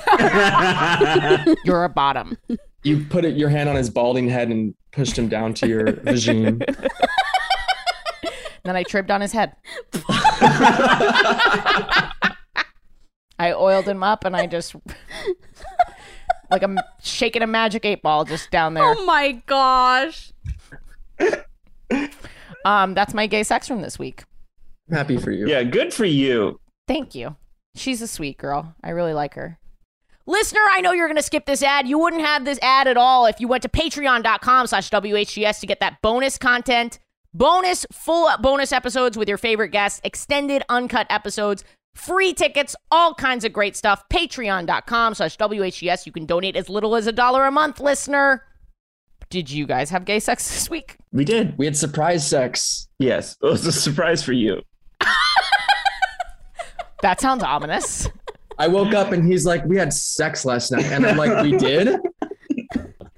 S3: You're a bottom.
S1: You put it, your hand on his balding head and pushed him down to your vagine.
S3: Then I tripped on his head. I oiled him up and I just like I'm shaking a magic eight ball just down there.
S4: oh my gosh.
S3: Um, that's my gay sex room this week.
S1: I'm happy for you.
S2: yeah, good for you.
S3: Thank you. She's a sweet girl. I really like her. Listener, I know you're going to skip this ad. You wouldn't have this ad at all if you went to patreon.com slash WHGS to get that bonus content, bonus, full bonus episodes with your favorite guests, extended, uncut episodes, free tickets, all kinds of great stuff. Patreon.com slash WHGS. You can donate as little as a dollar a month, listener. Did you guys have gay sex this week?
S2: We did.
S1: We had surprise sex.
S2: Yes, it was a surprise for you.
S3: That sounds ominous.
S1: I woke up and he's like, "We had sex last night," and I'm like, "We did."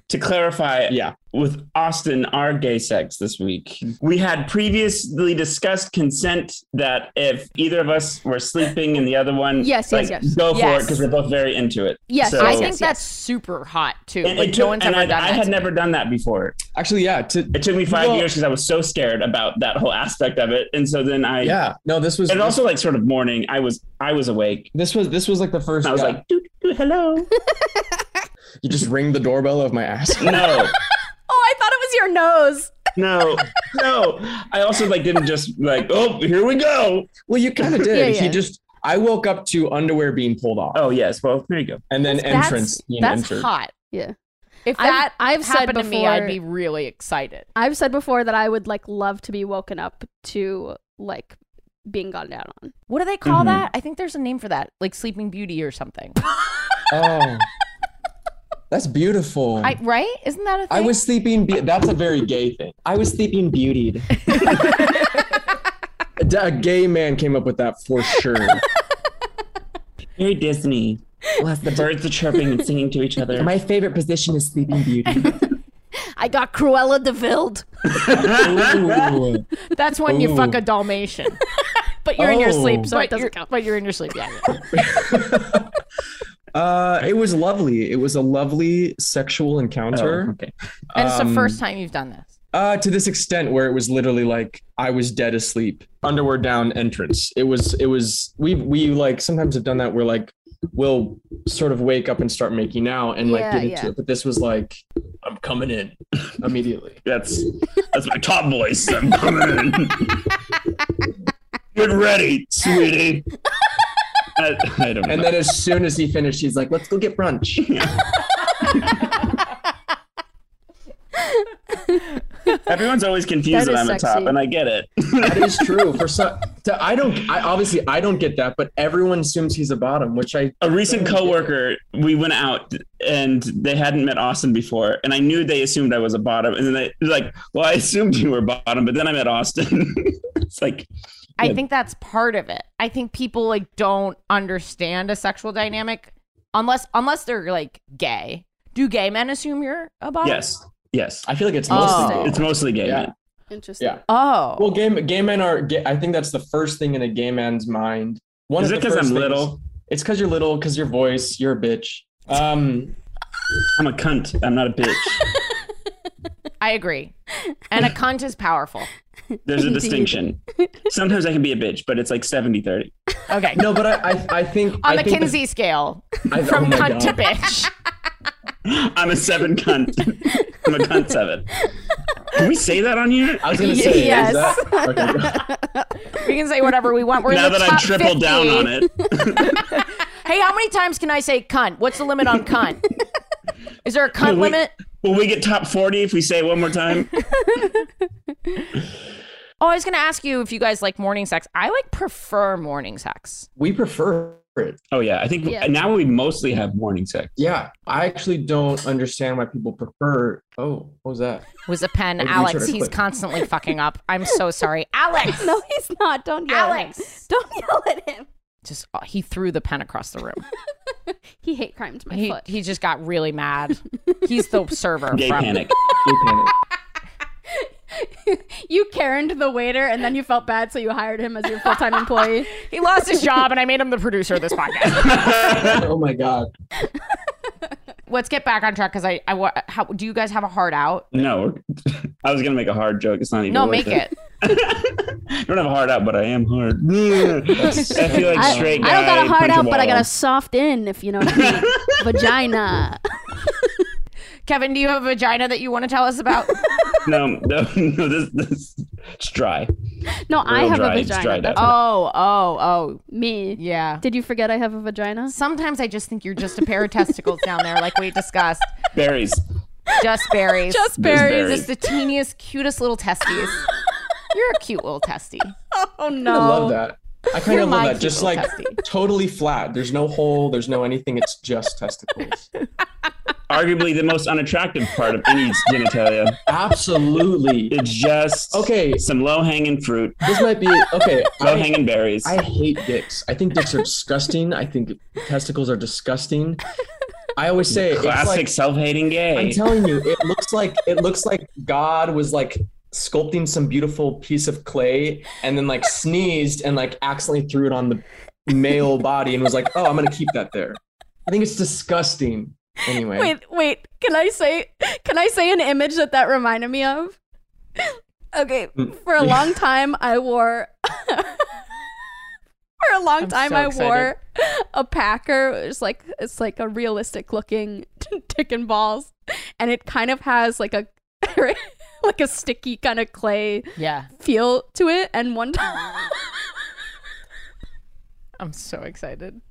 S2: To clarify,
S1: Yeah.
S2: with Austin, our gay sex this week. We had previously discussed consent that if either of us were sleeping and the other one,
S4: Yes, yes, yes.
S2: go for
S3: Yes.
S2: it because we're both very into it.
S4: Yes,
S2: So-
S3: I think
S4: yes.
S3: that's super hot, too.
S2: And,
S3: like,
S2: it
S3: no
S2: took-
S3: one's
S2: and
S3: ever
S2: I,
S3: done
S2: I
S3: that
S2: had
S3: to me.
S2: never done that before.
S1: Actually, yeah. To
S2: It took me five
S1: Well-
S2: years because I was so scared about that whole aspect of it, and so then I,
S1: yeah. No, this was
S2: and also like sort of morning, I was I was awake.
S1: this was this was like the first.
S2: And I was
S1: yeah.
S2: like, "Doo, doo, doo, hello,
S1: "You just ring the doorbell of my ass."
S2: no,
S4: Oh, I thought it was your nose.
S2: no, no. I also like didn't just like, oh, here we go.
S1: well, you kind of did.
S4: Yeah, yeah.
S1: He just I woke up to underwear being pulled off
S2: Oh yes. Well, there you go.
S1: and then
S3: That's-
S1: entrance being
S3: That's
S1: entered.
S3: hot.
S4: Yeah.
S3: If
S4: I've-
S3: that
S4: I've said
S3: happened to me, I'd
S4: before-
S3: be really excited.
S4: I've said before that I would like love to be woken up to like being gone down on.
S3: What do they call
S1: Mm-hmm.
S2: Mhm.
S3: that? I think there's a name for that, like Sleeping Beauty or something.
S1: Oh, that's beautiful.
S3: I,
S1: I,
S3: right? Isn't that a thing?
S1: was sleeping. Be- that's a very gay thing. I was sleeping beautied. a gay man came up with that for sure.
S2: Very Disney. the birds are chirping and singing to each other. Oh,
S1: My favorite position is sleeping beauty.
S4: I got Cruella de Vilde.
S1: Ooh.
S3: That's when you fuck
S1: Ooh.
S3: a Dalmatian.
S4: But you're in your
S1: Oh.
S4: sleep, so
S3: but
S4: it doesn't
S3: you're,
S4: count.
S3: But you're in your sleep. Yeah. yeah.
S1: Uh, it was lovely. It was a lovely sexual
S2: Oh,
S1: encounter.
S2: okay.
S3: And it's the
S1: Um,
S3: first time you've done this.
S1: Uh, to this extent, where it was literally like I was dead asleep, underwear down, entrance. It was, it was. We we like sometimes have done that where like we'll sort of wake up and start making out and like
S4: Yeah,
S1: get into
S4: yeah.
S1: it, but this was like I'm coming in immediately.
S2: That's that's my top voice. I'm coming in. Get ready, sweetie. I, I don't know.
S1: And then as soon as he finished, he's like, "Let's go get brunch."
S2: Everyone's always confused
S4: That
S2: that,
S4: is
S2: I'm a
S4: sexy.
S2: top, and I get it.
S1: that is true. For some, to, I don't. I obviously I don't get that, but everyone assumes he's a bottom, which I
S2: a recent coworker, we went out and they hadn't met Austin before, and I knew they assumed I was a bottom, and then they they're like, "Well, I assumed you were bottom, but then I met Austin." it's like
S3: I
S2: Yeah.
S3: think that's part of it. I think people like don't understand a sexual dynamic unless unless they're like gay. Do gay men assume you're a bottom?
S2: yes, yes,
S1: I feel like it's mostly.
S3: Oh.
S2: it's mostly gay.
S1: Yeah.
S2: men.
S4: Interesting.
S1: Yeah.
S3: Oh.
S1: Well, gay, gay men are. Gay, I think that's the first thing in a gay man's mind. One
S2: Is
S1: of
S2: it
S1: the
S2: because
S1: first
S2: I'm
S1: things-
S2: little?
S1: It's because you're little. Because your voice. You're a bitch. Um,
S2: I'm a cunt. I'm not a bitch.
S3: I agree. And a cunt is powerful.
S2: There's a
S4: Indeed.
S2: distinction. Sometimes I can be a bitch, but it's like 70 30.
S3: Okay.
S1: no, but I, I, I think
S3: On
S1: I
S3: the
S1: think
S3: Kinsey scale,
S1: I- oh
S3: from
S1: my
S3: cunt to
S1: God.
S3: bitch.
S2: I'm a seven cunt. I'm a cunt seven. Can we say that on here?
S1: I was gonna say
S3: Yes.
S1: is that okay,
S3: We can say whatever we want. We're
S2: now
S3: in the
S2: that
S3: top
S2: I've tripled
S3: 50.
S2: down on it,
S3: Hey, how many times can I say cunt? What's the limit on cunt? Is there a cunt
S2: we-
S3: limit?
S2: will we get top 40 if we say it one more time?
S3: Oh, I was gonna ask you if you guys like morning sex. I like prefer morning sex.
S1: we prefer it.
S2: Oh, yeah. I think
S4: Yeah.
S2: now we mostly have morning sex.
S1: Yeah, I actually don't understand why people prefer. Oh, what was that?
S3: Was a pen,
S1: Maybe we
S3: Alex.
S1: should've
S3: He's
S1: quit.
S3: constantly fucking up. I'm so sorry, Alex.
S4: No, he's not. Don't yell. at him.
S3: Alex.
S4: Don't yell at him.
S3: Just oh, he threw the pen across the room.
S4: He hate crimes my
S3: He
S4: foot.
S3: he just got really mad. He's the server.
S2: Gay
S3: from-
S2: panic.
S1: Gay panic.
S4: you Karened the waiter and then you felt bad, so you hired him as your full time employee.
S3: He lost his job, and I made him the producer of this podcast.
S1: Oh my god.
S3: Let's get back on track because I I wa- how, do you guys have a heart out?
S2: No, I was going to make a hard joke. It's not even
S3: No,
S2: worth
S3: make it.
S2: I don't have a hard out, but I am hard. I feel like
S4: I,
S2: straight guy.
S4: I don't got a hard
S2: punch
S4: out, but I got
S2: wall.
S4: a soft in, if you know what I mean. Vagina.
S3: Kevin, do you have a vagina that you want to tell us about?
S2: No, no, no, this, this, it's dry.
S4: No, I
S2: Real
S4: have
S2: dry.
S4: a
S2: It's
S4: vagina.
S2: dried
S4: That's
S2: up.
S3: oh, oh, oh,
S4: me.
S3: yeah.
S4: Did you forget I have a vagina?
S3: Sometimes I just think you're just a pair of testicles down there, like we discussed.
S4: Oh.
S2: Berries.
S3: Just berries.
S4: Just
S2: berries.
S3: Just the teeniest, cutest little testes. You're a cute little testy.
S4: Oh
S1: I
S4: no.
S1: love that. I kind
S3: You're
S1: of
S3: my
S1: love that.
S3: cute
S1: Just like
S3: little testy.
S1: totally flat. There's no hole. There's no anything. It's just testicles.
S2: Arguably the most unattractive part of any genitalia.
S1: Absolutely.
S2: It's just
S1: Okay.
S2: Some low hanging fruit,
S1: This might be okay.
S2: low
S1: I,
S2: hanging berries.
S1: I hate dicks. I think dicks are disgusting. I think testicles are disgusting. I always say it's
S2: Classic
S1: like
S2: self hating
S1: I'm
S2: gay.
S1: telling you, it looks like it looks like God was like sculpting some beautiful piece of clay and then like sneezed and like accidentally threw it on the male body and was like, "Oh, I'm going to keep that there." I think it's disgusting. Anyway.
S4: Wait, wait. Can I say can I say an image that that reminded me of? Okay,
S3: Mm.
S4: for a long time I wore For a long
S3: I'm
S4: time
S3: so
S4: I
S3: excited.
S4: wore a packer. It's like it's like a realistic looking dick and balls and it kind of has like a like a sticky kind of clay
S3: Yeah.
S4: feel to it and one time
S3: I'm so excited.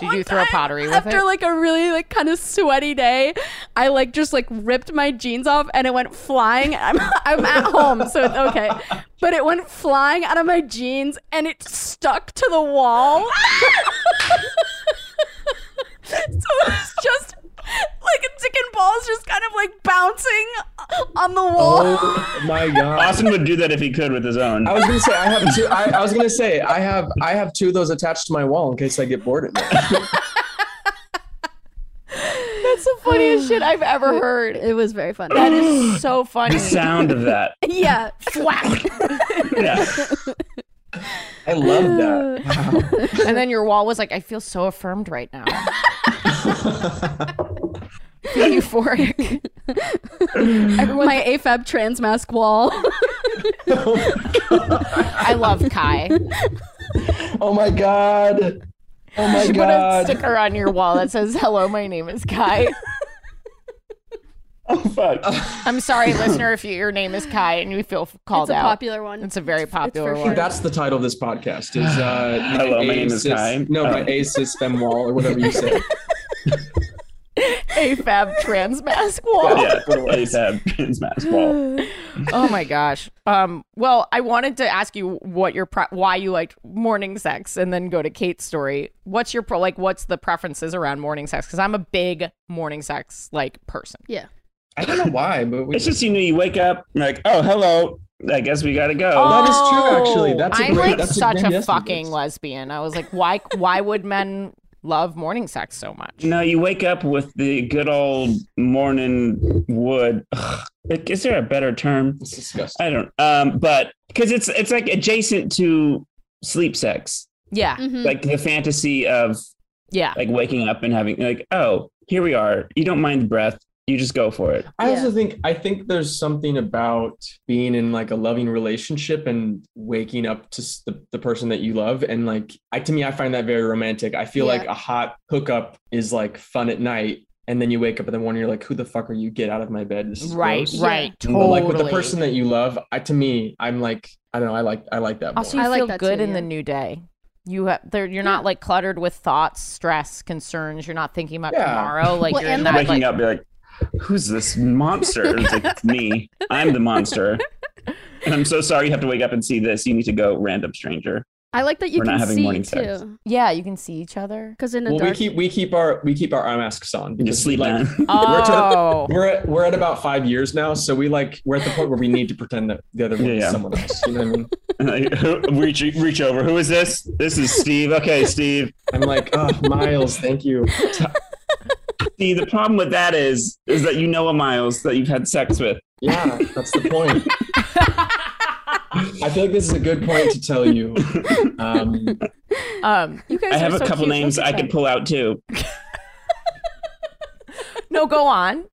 S3: Did you throw pottery with
S4: after
S3: it?
S4: like a really like kind of sweaty day i like just like ripped my jeans off and it went flying i'm, I'm at home so it's okay but it went flying out of my jeans and it stuck to the wall so it was just like a dick and balls just kind of like bouncing on the wall
S1: Oh my god.
S2: Austin would do that if he could with his own.
S1: I was gonna say I have two. I, I was gonna say I have I have two of those attached to my wall in case I get bored at night.
S3: That's the funniest shit I've ever heard.
S4: it was very funny
S3: That is so funny.
S2: The sound of that.
S4: yeah
S2: Yeah.
S1: I love that. Wow.
S3: And then your wall was like, I feel so affirmed right now. Feel euphoric.
S4: my
S3: E
S4: afab trans mask wall
S3: I love Kai.
S1: Oh my god. Oh my
S3: Put a
S1: god.
S3: sticker on your wall that says, Hello, my name is Kai.
S2: Oh fuck.
S3: I'm sorry, listener, if you, your name is Kai and you feel called
S4: it's a
S3: out.
S4: popular one
S3: it's a very popular
S4: for
S3: one.
S4: sure.
S1: That's the title of this podcast. Is uh,
S2: Hello, my name is
S1: asis-
S2: Kai.
S1: No, my
S2: Oh.
S1: asis fem wall or whatever you say.
S3: AFAB trans mask
S1: Oh,
S3: wall.
S2: Yeah. ASAP transmask wall.
S3: Oh my gosh. Um, well, I wanted to ask you what your pre- why you liked morning sex, and then go to Kate's story. What's your pro- like? What's the preferences around morning sex? Because I'm a big morning sex like person.
S4: yeah
S1: I don't know why, but we.
S2: It's just you know you wake up and you're like oh hello I guess we gotta go.
S1: that is true, actually. That's a
S3: Oh, I'm
S1: great-
S3: like
S1: that's a
S3: such
S1: great
S3: a,
S1: estimate.
S3: fucking lesbian. I was like, why? why would men love morning sex so much?
S2: No, you wake up with the good old morning wood. Ugh, is there a better term?
S1: It's disgusting.
S2: I don't. Um, but because it's it's like adjacent to sleep sex,
S3: Yeah,
S4: Mhm.
S2: like
S1: Mm-hmm.
S2: the fantasy of
S3: yeah.
S2: like waking up and having like oh here we are. You don't mind the breath. You just go for it.
S1: I
S4: Yeah.
S1: also think I think there's something about being in like a loving relationship and waking up to s- the, the person that you love and like I to me I find that very romantic. I feel
S4: Yeah.
S1: like a hot hookup is like fun at night and then you wake up in the morning you're like who the fuck are you get out of my bed this is
S3: Right,
S1: gross."
S3: right,
S1: But
S3: totally.
S1: like with the person that you love, I to me I'm like I don't know I like I like that.
S3: Also,
S1: more.
S3: you
S4: I like
S3: feel
S4: that
S3: good
S4: too,
S3: in the
S4: yeah.
S3: new day. You have, there, you're not like cluttered with thoughts, stress, concerns. You're not thinking about
S1: Yeah.
S3: tomorrow. Like
S4: Well,
S3: you're in
S4: and
S3: that,
S4: the-
S3: like,
S2: Waking up, be like, who's this monster? It's like it's me. I'm the monster. And I'm so sorry you have to wake up and see this. You need to go, random stranger.
S4: I like that you
S2: We're not
S4: can
S2: having
S4: see
S2: morning sex.
S4: too,
S3: yeah, you can see each other.
S4: because in the
S1: well, we
S4: dark,
S1: keep we keep our we keep our eye masks on
S2: You
S1: because
S2: just sleep
S1: we, like,
S2: on.
S3: Oh,
S1: we're at, we're at about five years now, so we like we're at the point where we need to pretend that the other one
S2: Yeah, yeah.
S1: is someone else. You know what I mean?
S2: Like, who- reach reach over. Who is this? This is Steve. Okay, Steve.
S1: I'm like, oh, Miles, thank you.
S2: See, the problem with that is is that you know a Miles that you've had sex with.
S1: Yeah, that's the point. I feel like this is a good point to tell you. Um,
S3: um, you guys.
S2: I
S3: are
S2: have a
S3: so
S2: couple
S3: cute.
S2: names
S3: Look at
S2: I could
S3: them.
S2: pull out too.
S3: No, go on.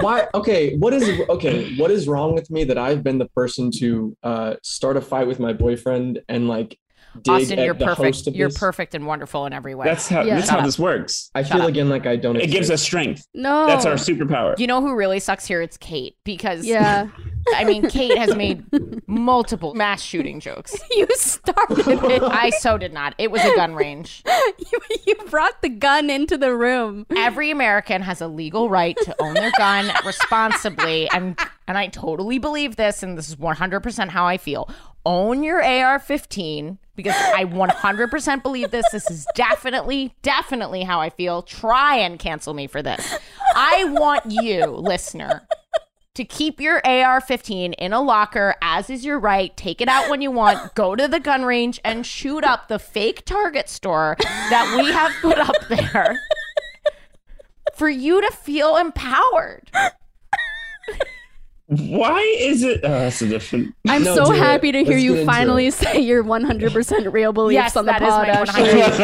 S1: why? Okay, what is okay? What is wrong with me that I've been the person to uh, start a fight with my boyfriend and like dig
S3: Austin,
S1: at
S3: you're
S1: the
S3: perfect.
S1: host of
S3: You're
S1: this?
S3: perfect and wonderful in every way.
S2: That's how
S4: Yeah.
S2: that's how this works.
S1: I feel again like I don't.
S2: It gives
S1: exist.
S2: us strength.
S4: no,
S2: That's
S3: Oh.
S2: our superpower.
S3: you know who really sucks here? It's Kate because
S4: yeah.
S3: I mean, Kate has made multiple mass shooting jokes.
S4: you started it.
S3: I so did not. It was a gun range.
S4: you, you brought the gun into the room.
S3: every American has a legal right to own their gun responsibly, and and I totally believe this, and this is 100% how I feel. Own your AR-15 because I 100% believe this. This is definitely, definitely how I feel. Try and cancel me for this. I want you, listener. To keep your AR 15 in a locker, as is your right, take it out when you want, go to the gun range and shoot up the fake Target store that we have put up there for you to feel empowered.
S2: Why is it? Oh, that's a different.
S4: I'm
S1: No,
S4: so
S1: do it.
S4: happy to hear
S1: Let's get
S4: you
S1: into
S4: finally
S1: it.
S4: say your 100% real beliefs
S3: Yes,
S4: on the
S3: that is my
S4: pod. Ashley.
S3: 100%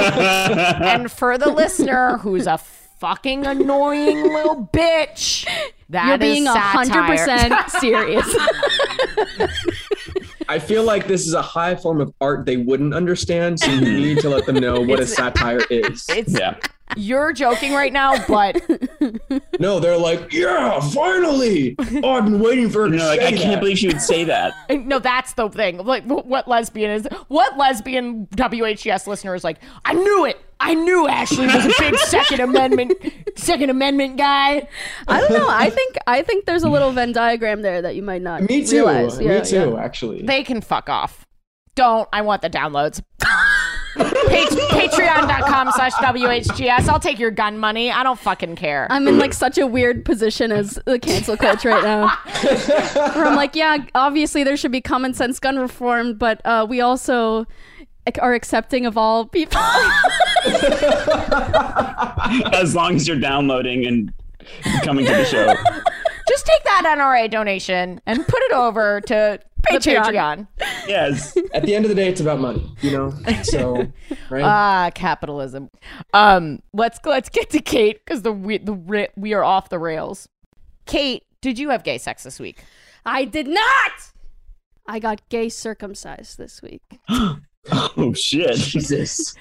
S2: I
S3: And for the listener who's a fucking annoying little bitch,
S4: You're
S3: that is
S4: being
S3: satire.
S4: 100% serious.
S1: I feel like this is a high form of art they wouldn't understand, so you need to let them know what a satire is.
S3: It's
S2: Yeah.
S3: You're joking right now, but
S1: No, they're like, yeah, finally. Oh, I've been waiting for her to
S2: No, like
S1: say
S2: I can't
S1: that."
S2: believe she would say that.
S3: no, that's the thing. Like, wh- what lesbian is? What lesbian WHS listener is like? I knew it. I knew Ashley was a big Second Amendment, Second Amendment guy.
S5: I don't know. I think I think there's a little Venn diagram there that you might not
S1: Me too.
S5: realize. Yeah,
S1: Me too, actually.
S3: They can fuck off. Don't. I want the downloads. Pat- Patreon.com slash WHGS. I'll take your gun money. I don't fucking care.
S5: I'm in like such a weird position as the cancel culture right now. Where I'm like, yeah, obviously there should be common sense gun reform, but uh, we also ac- are accepting of all people.
S2: As long as you're downloading and coming to the show.
S3: Just take that NRA donation and put it over to the Patreon.
S5: Patreon.
S2: Yes.
S1: At the end of the day, it's about money, you know? So, right?
S3: Ah, capitalism. Um, let's let's get to Kate because the we the ri- we are off the rails. Kate, did you have gay sex this week?
S5: I did not. I got gay circumcised this week.
S2: Oh shit.
S1: Jesus.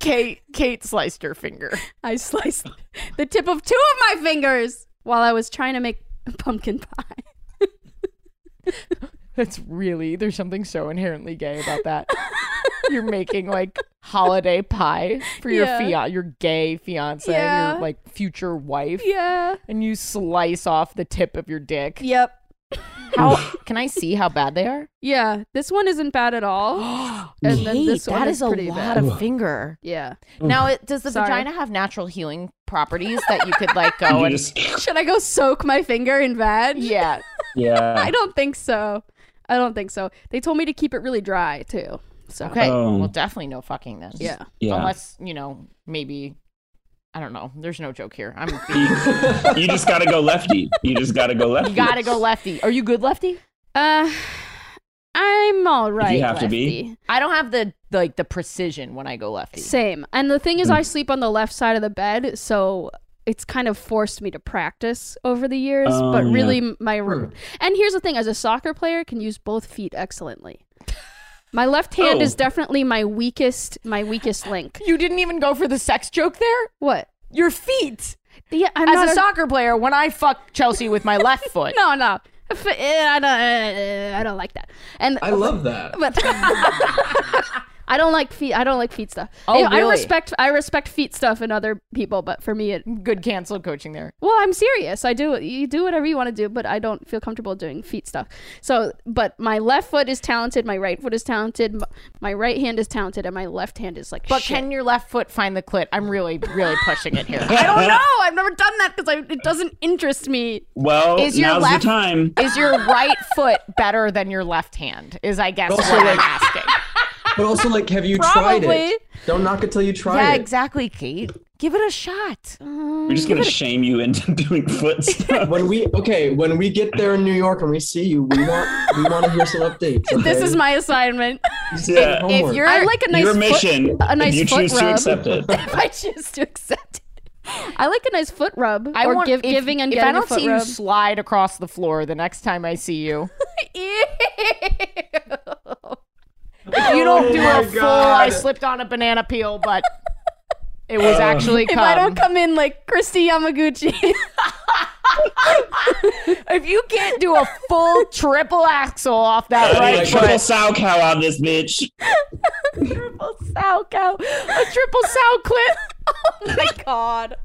S3: Kate Kate sliced her finger.
S5: I sliced the tip of two of my fingers while I was trying to make pumpkin pie.
S3: That's really there's something so inherently gay about that. You're making like holiday pie for your
S5: Yeah.
S3: fia- your gay fiance,
S5: Yeah.
S3: your like future wife,
S5: Yeah.
S3: and you slice off the tip of your dick.
S5: Yep.
S3: How can I see how bad they are?
S5: Yeah. This one isn't bad at all. And
S3: Kate,
S5: then this one
S3: that
S5: is
S3: is a
S5: pretty
S3: lot
S5: bad.
S3: of finger.
S5: Yeah.
S3: Now, it, does the
S5: Sorry.
S3: vagina have natural healing properties that you could like go
S2: You
S3: and
S2: just-
S5: Should I go soak my finger in veg?
S3: yeah?
S5: I
S2: yeah.
S5: don't think so. I don't think so. They told me to keep it really dry too. So
S3: Okay,
S2: Oh.
S3: well, definitely no fucking then.
S5: yeah.
S2: Yeah.
S3: unless you know maybe I don't know. There's no joke here. I'm
S2: You, you just gotta go lefty. You just gotta go lefty.
S3: you gotta go lefty. Are you good lefty?
S5: Uh I'm all right.
S2: have to be.
S5: lefty.
S3: I don't have the like the precision when I go lefty.
S5: Same. And the thing is
S2: Hmm.
S5: I sleep on the left side of the bed, so it's kind of forced me to practice over the years,
S2: Oh,
S5: but
S2: yeah.
S5: really my And here's the thing, as a soccer player can use both feet excellently. My left hand
S2: Oh.
S5: is definitely my weakest my weakest link.
S3: You didn't even go for the sex joke there.
S5: What?
S3: Your feet.
S5: Yeah, I'm not
S3: As a, soccer player, when I fuck Chelsea with my left foot,
S5: No, no. F- eh, I don't, eh, I don't like that. And
S1: I love that.
S5: but I don't like feet. I don't like feet stuff.
S3: Oh,
S5: I
S3: really?
S5: respect I respect feet stuff in other people, but for me, it.
S3: good cancel coaching there.
S5: Well, I'm serious. I do. You do whatever you want to do, but I don't feel comfortable doing feet stuff. So, but my left foot is talented. My right foot is talented. m- My right hand is talented, and my left hand is like.
S3: But
S5: shit.
S3: can your left foot find the clit? I'm really, really pushing it here.
S5: I don't know.
S3: Oh,
S5: I've never done that because it doesn't interest me.
S2: Well,
S3: Is your
S2: now's
S3: left-
S2: the time.
S3: Is your right foot better than your left hand? Is I guess what
S1: Also,
S3: I'm
S1: like-
S3: asking.
S1: But also, like, have you tried
S5: Probably.
S1: it? Don't knock it till you try
S3: Yeah,
S1: it.
S3: exactly, Kate. Give it a shot.
S2: We're just gonna shame you into doing foot stuff.
S1: When we okay, when we get there in New York and we see you, we want we want to hear some updates.
S5: This
S1: okay?
S5: is my assignment.
S1: This is our homework.
S3: If you're
S5: I like a nice
S2: your
S5: foot-
S2: mission.
S5: a nice
S2: if you
S5: foot
S2: choose to
S5: rub.
S2: accept it.
S5: I choose to accept it. I like a nice foot rub.
S3: I
S5: or
S3: want
S5: give,
S3: if-
S5: giving and
S3: if
S5: getting
S3: I don't
S5: a foot
S3: see
S5: rub.
S3: you slide across the floor the next time I see you. If you don't do
S1: Oh my
S3: a full I
S1: God. Oh.
S3: slipped on a banana peel, but it was actually
S5: if
S3: cum.
S5: I don't come in like Christy Yamaguchi,
S3: if you can't do a full triple axle off that right
S2: Like, triple
S3: foot,
S2: sow cow on this bitch.
S3: triple sow cow, a triple sow clip. Oh my god.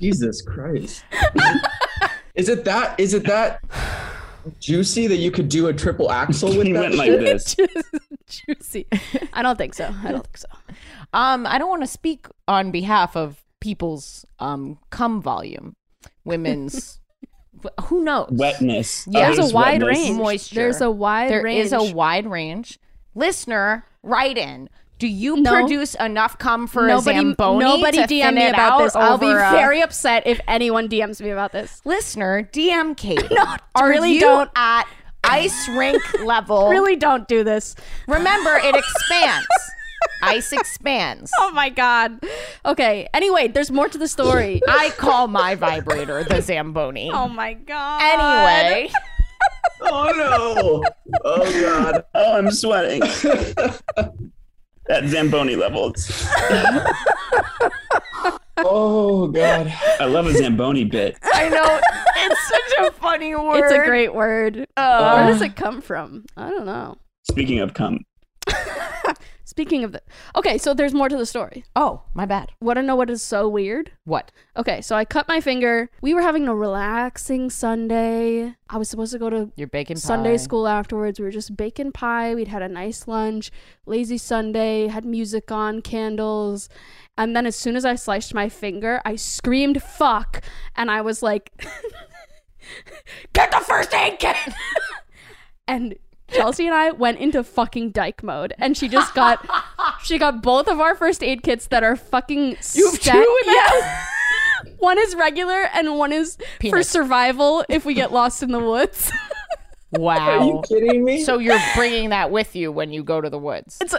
S1: Jesus Christ. is it that is it that juicy that you could do a triple axle with
S2: He
S1: that
S2: went like
S1: shit?
S2: this.
S5: juicy. I don't think so. I don't think so.
S3: Um, I don't want to speak on behalf of people's um cum volume, women's. wh- who knows?
S2: Wetness.
S3: Yeah.
S5: There's
S2: Others
S5: a wide
S2: wetness.
S5: range.
S3: Moisture.
S5: There's a wide
S3: There
S5: range.
S3: is a wide range. Listener, write in. Do you
S5: No.
S3: produce enough cum for a
S5: nobody,
S3: Zamboni?
S5: nobody
S3: to
S5: DM
S3: thin
S5: me
S3: it
S5: about
S3: out
S5: this. I'll be
S3: over a-
S5: very upset if anyone DMs me about this.
S3: Listener, DM Kate. no, are
S5: really
S3: you
S5: don't.
S3: at ice rink level?
S5: Really, don't do this.
S3: Remember, it expands. Ice expands.
S5: Oh my god. Okay. Anyway, there's more to the story.
S3: I call my vibrator the Zamboni.
S5: oh my god.
S3: anyway.
S1: Oh no. Oh god.
S2: Oh, I'm sweating. that Zamboni level. It's- oh God, I love a Zamboni bit.
S3: I know it's such a funny word.
S5: It's a great word. Oh.
S3: Uh,
S5: Where does it come from? I don't know.
S2: Speaking of cum,
S5: Speaking of the Okay, so there's more to the story.
S3: oh, my bad.
S5: Wanna know what is so weird?
S3: What?
S5: Okay, so I cut my finger. We were having a relaxing Sunday. I was supposed to go to
S3: You're baking
S5: Sunday school afterwards. We were just baking pie. We'd had a nice lunch, lazy Sunday, had music on, candles. And then as soon as I sliced my finger, I screamed fuck and I was like Get the first aid kit And Chelsea and I went into fucking dyke mode and she just got she got both of our first aid kits that are fucking You
S3: have two in the
S5: One is regular and one is for
S3: Penis.
S5: survival if we get lost in the woods.
S1: Are you
S3: Wow.
S1: kidding me?
S3: So you're bringing that with you when you go to the woods,
S5: It's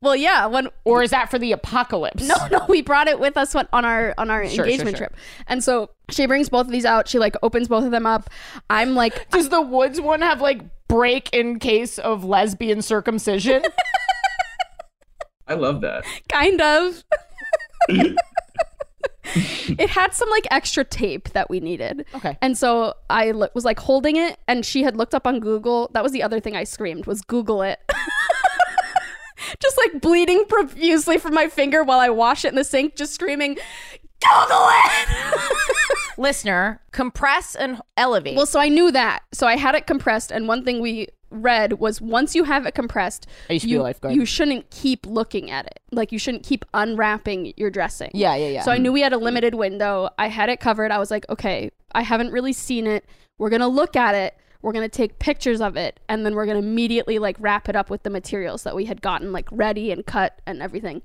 S5: well, yeah. When
S3: or is that for the apocalypse?
S5: no, no, we brought it with us when, on our on our
S3: Sure, sure,
S5: engagement
S3: sure.
S5: trip, and so she brings both of these out. She like opens both of them up. I'm like,
S3: Does the woods one have like break in case of lesbian circumcision?
S1: I love that.
S5: kind of. it had some like extra tape that we needed.
S3: Okay.
S5: And so I lo- was like holding it, and she had looked up on Google. That was the other thing I screamed was Google it. just like bleeding profusely from my finger while I wash it in the sink, just screaming, Google it.
S6: Listener, compress and elevate.
S5: Well, so I knew that. So I had it compressed, and one thing we read was once you have it compressed,
S3: I used to be a lifeguard.
S5: you shouldn't keep looking at it. Like you shouldn't keep unwrapping your dressing.
S3: Yeah, yeah, yeah.
S5: So I knew we had a limited window. I had it covered. I was like, okay, I haven't really seen it. We're gonna look at it. We're gonna take pictures of it, and then we're gonna immediately like wrap it up with the materials that we had gotten like ready and cut and everything.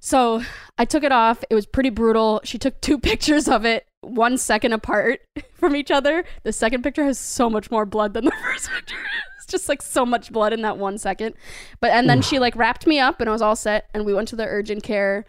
S5: So I took it off. It was pretty brutal. She took two pictures of it, one second apart from each other. The second picture has so much more blood than the first picture. It's just like so much blood in that one second. But and then she like wrapped me up and I was all set and we went to the urgent care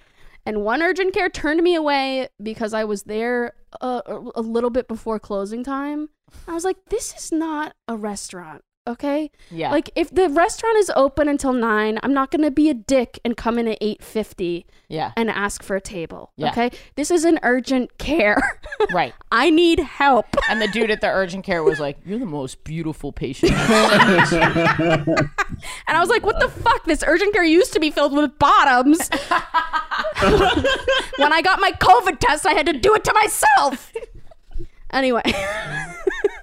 S5: and one urgent care turned me away because I was there a, a- a little bit before closing time. I was like, this is not a restaurant, okay?
S3: yeah.
S5: Like if the restaurant is open until nine, I'm not gonna be a dick and come in at eight fifty
S3: yeah.
S5: and ask for a table.
S3: Yeah.
S5: Okay. This is an urgent care.
S3: Right.
S5: I need help.
S3: And the dude at the urgent care was like, "You're the most beautiful patient."
S5: And I was like, what the fuck? This urgent care used to be filled with bottoms. when I got my COVID test, I had to do it to myself. Anyway.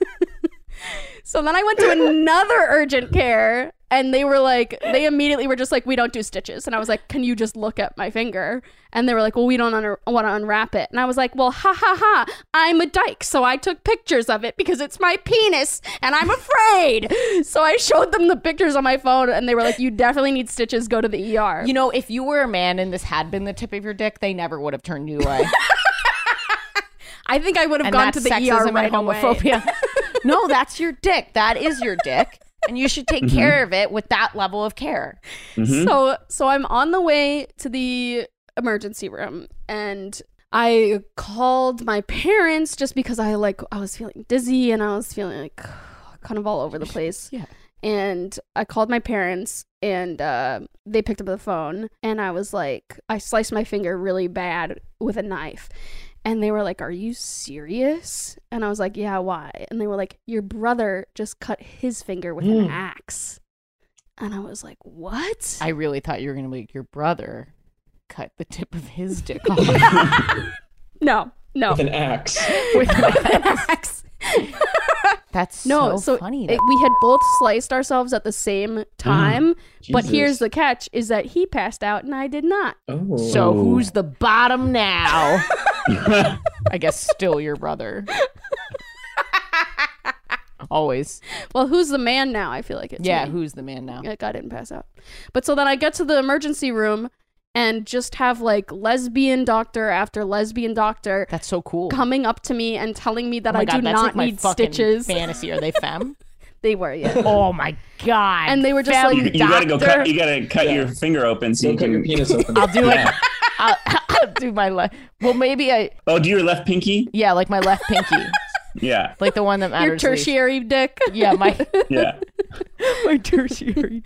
S5: so then I went to another urgent care and they were like, they immediately were just like, we don't do stitches. And I was like, can you just look at my finger? And they were like, well, we don't un- want to unwrap it. And I was like, well, ha ha ha, I'm a dyke. So I took pictures of it because it's my penis and I'm afraid. so I showed them the pictures on my phone and they were like, you definitely need stitches. Go to the ER.
S3: you know, if you were a man and this had been the tip of your dick, they never would have turned you away.
S5: I think I would have
S3: and
S5: gone
S3: that's
S5: to the
S3: sexism
S5: ER right
S3: and
S5: away.
S3: homophobia. no, that's your dick. That is your dick, and you should take care of it with that level of care.
S5: So so I'm on the way to the emergency room and I called my parents just because I like I was feeling dizzy and I was feeling like kind of all over the place.
S3: Yeah.
S5: And I called my parents and uh, they picked up the phone and I was like I sliced my finger really bad with a knife. And they were like, Are you serious? And I was like, Yeah, why? And they were like, Your brother just cut his finger with an axe. And I was like, What?
S3: I really thought you were going to make your brother cut the tip of his dick off.
S5: No, no.
S1: With an axe.
S3: that's
S5: No,
S3: so,
S5: so,
S3: funny.
S5: it- we had both sliced ourselves at the
S2: Mm.
S5: same time, but
S1: Jesus.
S5: here's the catch is that he passed out and I did not.
S1: Oh.
S3: so who's the bottom now? I guess still your brother. Always.
S5: Well, who's the man now? I feel like it's
S3: Yeah,
S5: me.
S3: who's the man now?
S5: like I didn't pass out. But so then I get to the emergency room and just have like lesbian doctor after lesbian doctor
S3: That's so cool.
S5: coming up to me and telling me that
S3: Oh my
S5: I
S3: God,
S5: do
S3: that's like
S5: not
S3: my
S5: need
S3: fucking
S5: stitches.
S3: Fantasy. Are they femme?
S5: They were, yeah.
S3: oh my god.
S5: And they were just
S3: Femme
S5: like,
S2: you, you gotta go
S3: doctor.
S2: cut. You gotta cut your finger open so
S1: Don't
S2: you
S1: cut your
S2: can.
S1: penis open.
S3: I'll do like
S2: Yeah.
S3: I'll, I'll do my left. Well, maybe I
S2: Oh, do your left pinky?
S3: yeah, like my left pinky,
S2: Yeah,
S3: like the one that
S5: Your
S3: matters. least.
S5: tertiary dick.
S3: Yeah, my
S2: yeah.
S4: my tertiary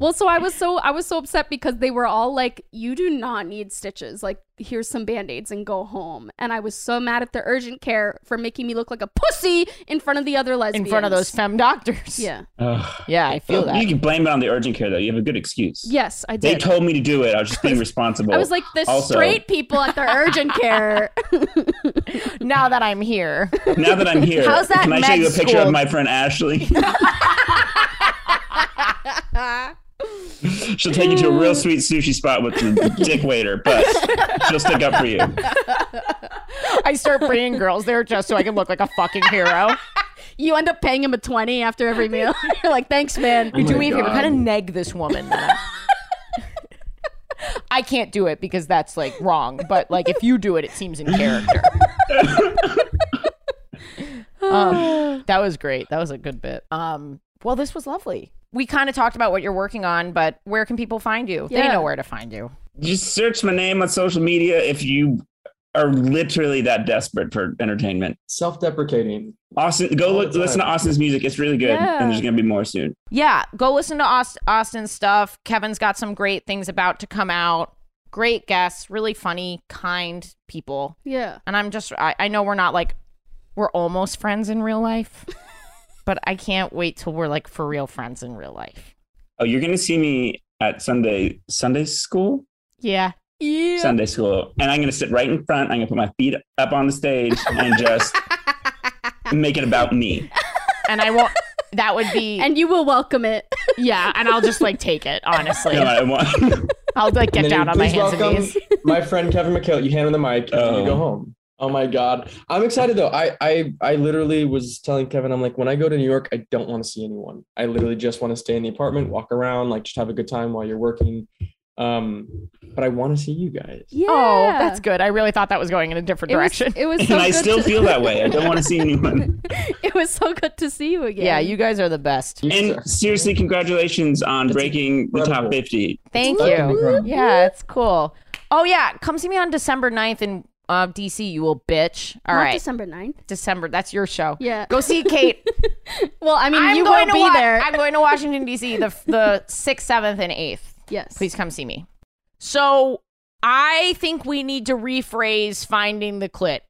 S4: well so i was so i was so upset because they were all like you do not need stitches like here's some band-aids and go home and i was so mad at the urgent care for making me look like a pussy in front of the other
S3: in
S4: lesbians
S3: front of those femme doctors.
S4: yeah
S2: Ugh.
S3: Yeah, I feel that.
S2: You can blame it on the urgent care though. You have a good excuse.
S4: yes i
S2: They
S4: did
S2: told me to do it. I was just being responsible.
S4: i was like the
S2: Also-
S4: straight people at the urgent care
S3: Now that I'm here,
S2: now that I'm here,
S3: How's that
S2: can I show
S3: med
S2: you a picture
S3: school?
S2: of my friend Ashley? she'll take you to a real
S3: Mm.
S2: sweet sushi spot with the dick waiter, but she'll stick up for you.
S3: I start bringing girls there just so I can look like a fucking hero.
S4: you end up paying him a 20 after every meal you're like thanks man
S2: Oh
S3: Do
S2: my
S3: me a favor,
S2: God.
S3: kind of neg this woman. man. I can't do it because that's like wrong, but like if you do it, it seems in character. um, that was great. That was a good bit. Um, well, this was lovely. We kind of talked about what you're working on, but where can people find you? They
S4: Yeah.
S3: know where to find you.
S2: Just search my name on social media if you are literally that desperate for entertainment.
S1: Self-deprecating.
S2: Austin, go
S1: All
S2: look,
S1: the
S2: listen to
S1: time.
S2: Austin's music. It's really good,
S4: Yeah.
S2: and there's gonna be more soon.
S3: Yeah, go listen to Aust- Austin's stuff. Kevin's got some great things about to come out. Great guests, really funny, kind people.
S4: yeah
S3: And I'm just, I, I know we're not like, we're almost friends in real life, but I can't wait till we're like for real friends in real life.
S2: Oh, you're gonna see me at Sunday Sunday school.
S3: Yeah.
S2: Sunday school, and I'm gonna sit right in front. I'm gonna put my feet up on the stage and just make it about me.
S3: And I won't, that would be,
S4: and you will welcome it
S3: yeah. And I'll just like take it, honestly.
S2: No, I want.
S3: I'll like
S1: And
S3: get
S1: then
S3: down
S1: you
S3: on my
S1: please
S3: hands and
S1: welcome
S3: knees.
S1: my friend Kevin McHale. You hand him the mic and then
S2: Oh.
S1: you go home. Oh my God. I'm excited though. I, I I literally was telling Kevin, I'm like, when I go to New York, I don't want to see anyone. I literally just want to stay in the apartment, walk around, like just have a good time while you're working. Um, but I want to see you guys.
S4: yeah
S3: Oh, that's good. I really thought that was going in a different
S4: it was,
S3: direction.
S4: it was so
S2: and I
S4: good
S2: still
S4: to-
S2: feel that way. I don't want to see anyone.
S4: it was so good to see you again
S3: yeah, you guys are the best.
S1: You
S2: And
S1: suck.
S2: seriously, congratulations on breaking the top
S1: incredible.
S2: 50.
S3: Thank
S1: Fucking
S3: you.
S1: incredible.
S3: Yeah, it's cool. Oh yeah, come see me on December 9th in uh, DC. You will bitch. All
S4: Not
S3: right,
S4: December 9th.
S3: December. That's your show.
S4: Yeah.
S3: Go see Kate.
S4: Well, I mean,
S3: I'm
S4: you
S3: going to
S4: will be
S3: Wa-
S4: there.
S3: I'm going to Washington D.C. the the sixth, seventh, and eighth.
S4: yes.
S3: Please come see me. So I think we need to rephrase finding the clit.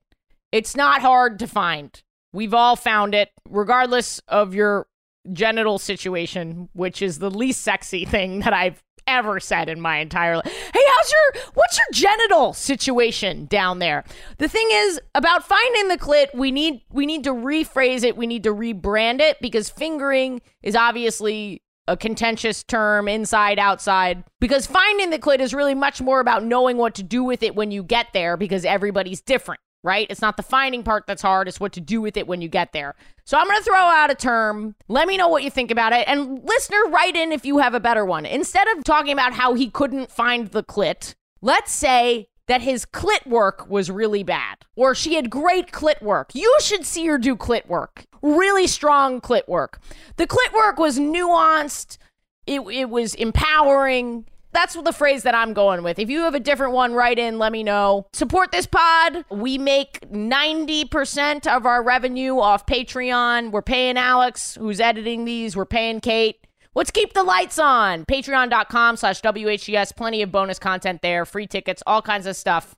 S3: It's not hard to find. We've all found it, regardless of your genital situation, which is the least sexy thing that I've ever said in my entire life. Hey, how's your what's your genital situation down there? The thing is about finding the clit, we need we need to rephrase it, we need to rebrand it because fingering is obviously a contentious term inside outside because finding the clit is really much more about knowing what to do with it when you get there because everybody's different right it's not the finding part that's hard it's what to do with it when you get there so i'm going to throw out a term let me know what you think about it and listener write in if you have a better one instead of talking about how he couldn't find the clit let's say that his clit work was really bad or she had great clit work. You should see her do clit work. Really strong clit work. The clit work was nuanced. It it was empowering. That's the phrase that I'm going with. If you have a different one, write in, let me know. Support this pod. We make 90% of our revenue off Patreon. We're paying Alex, who's editing these. We're paying Kate. Let's keep the lights on. Patreon.com slash WHES. Plenty of bonus content there, free tickets, all kinds of stuff.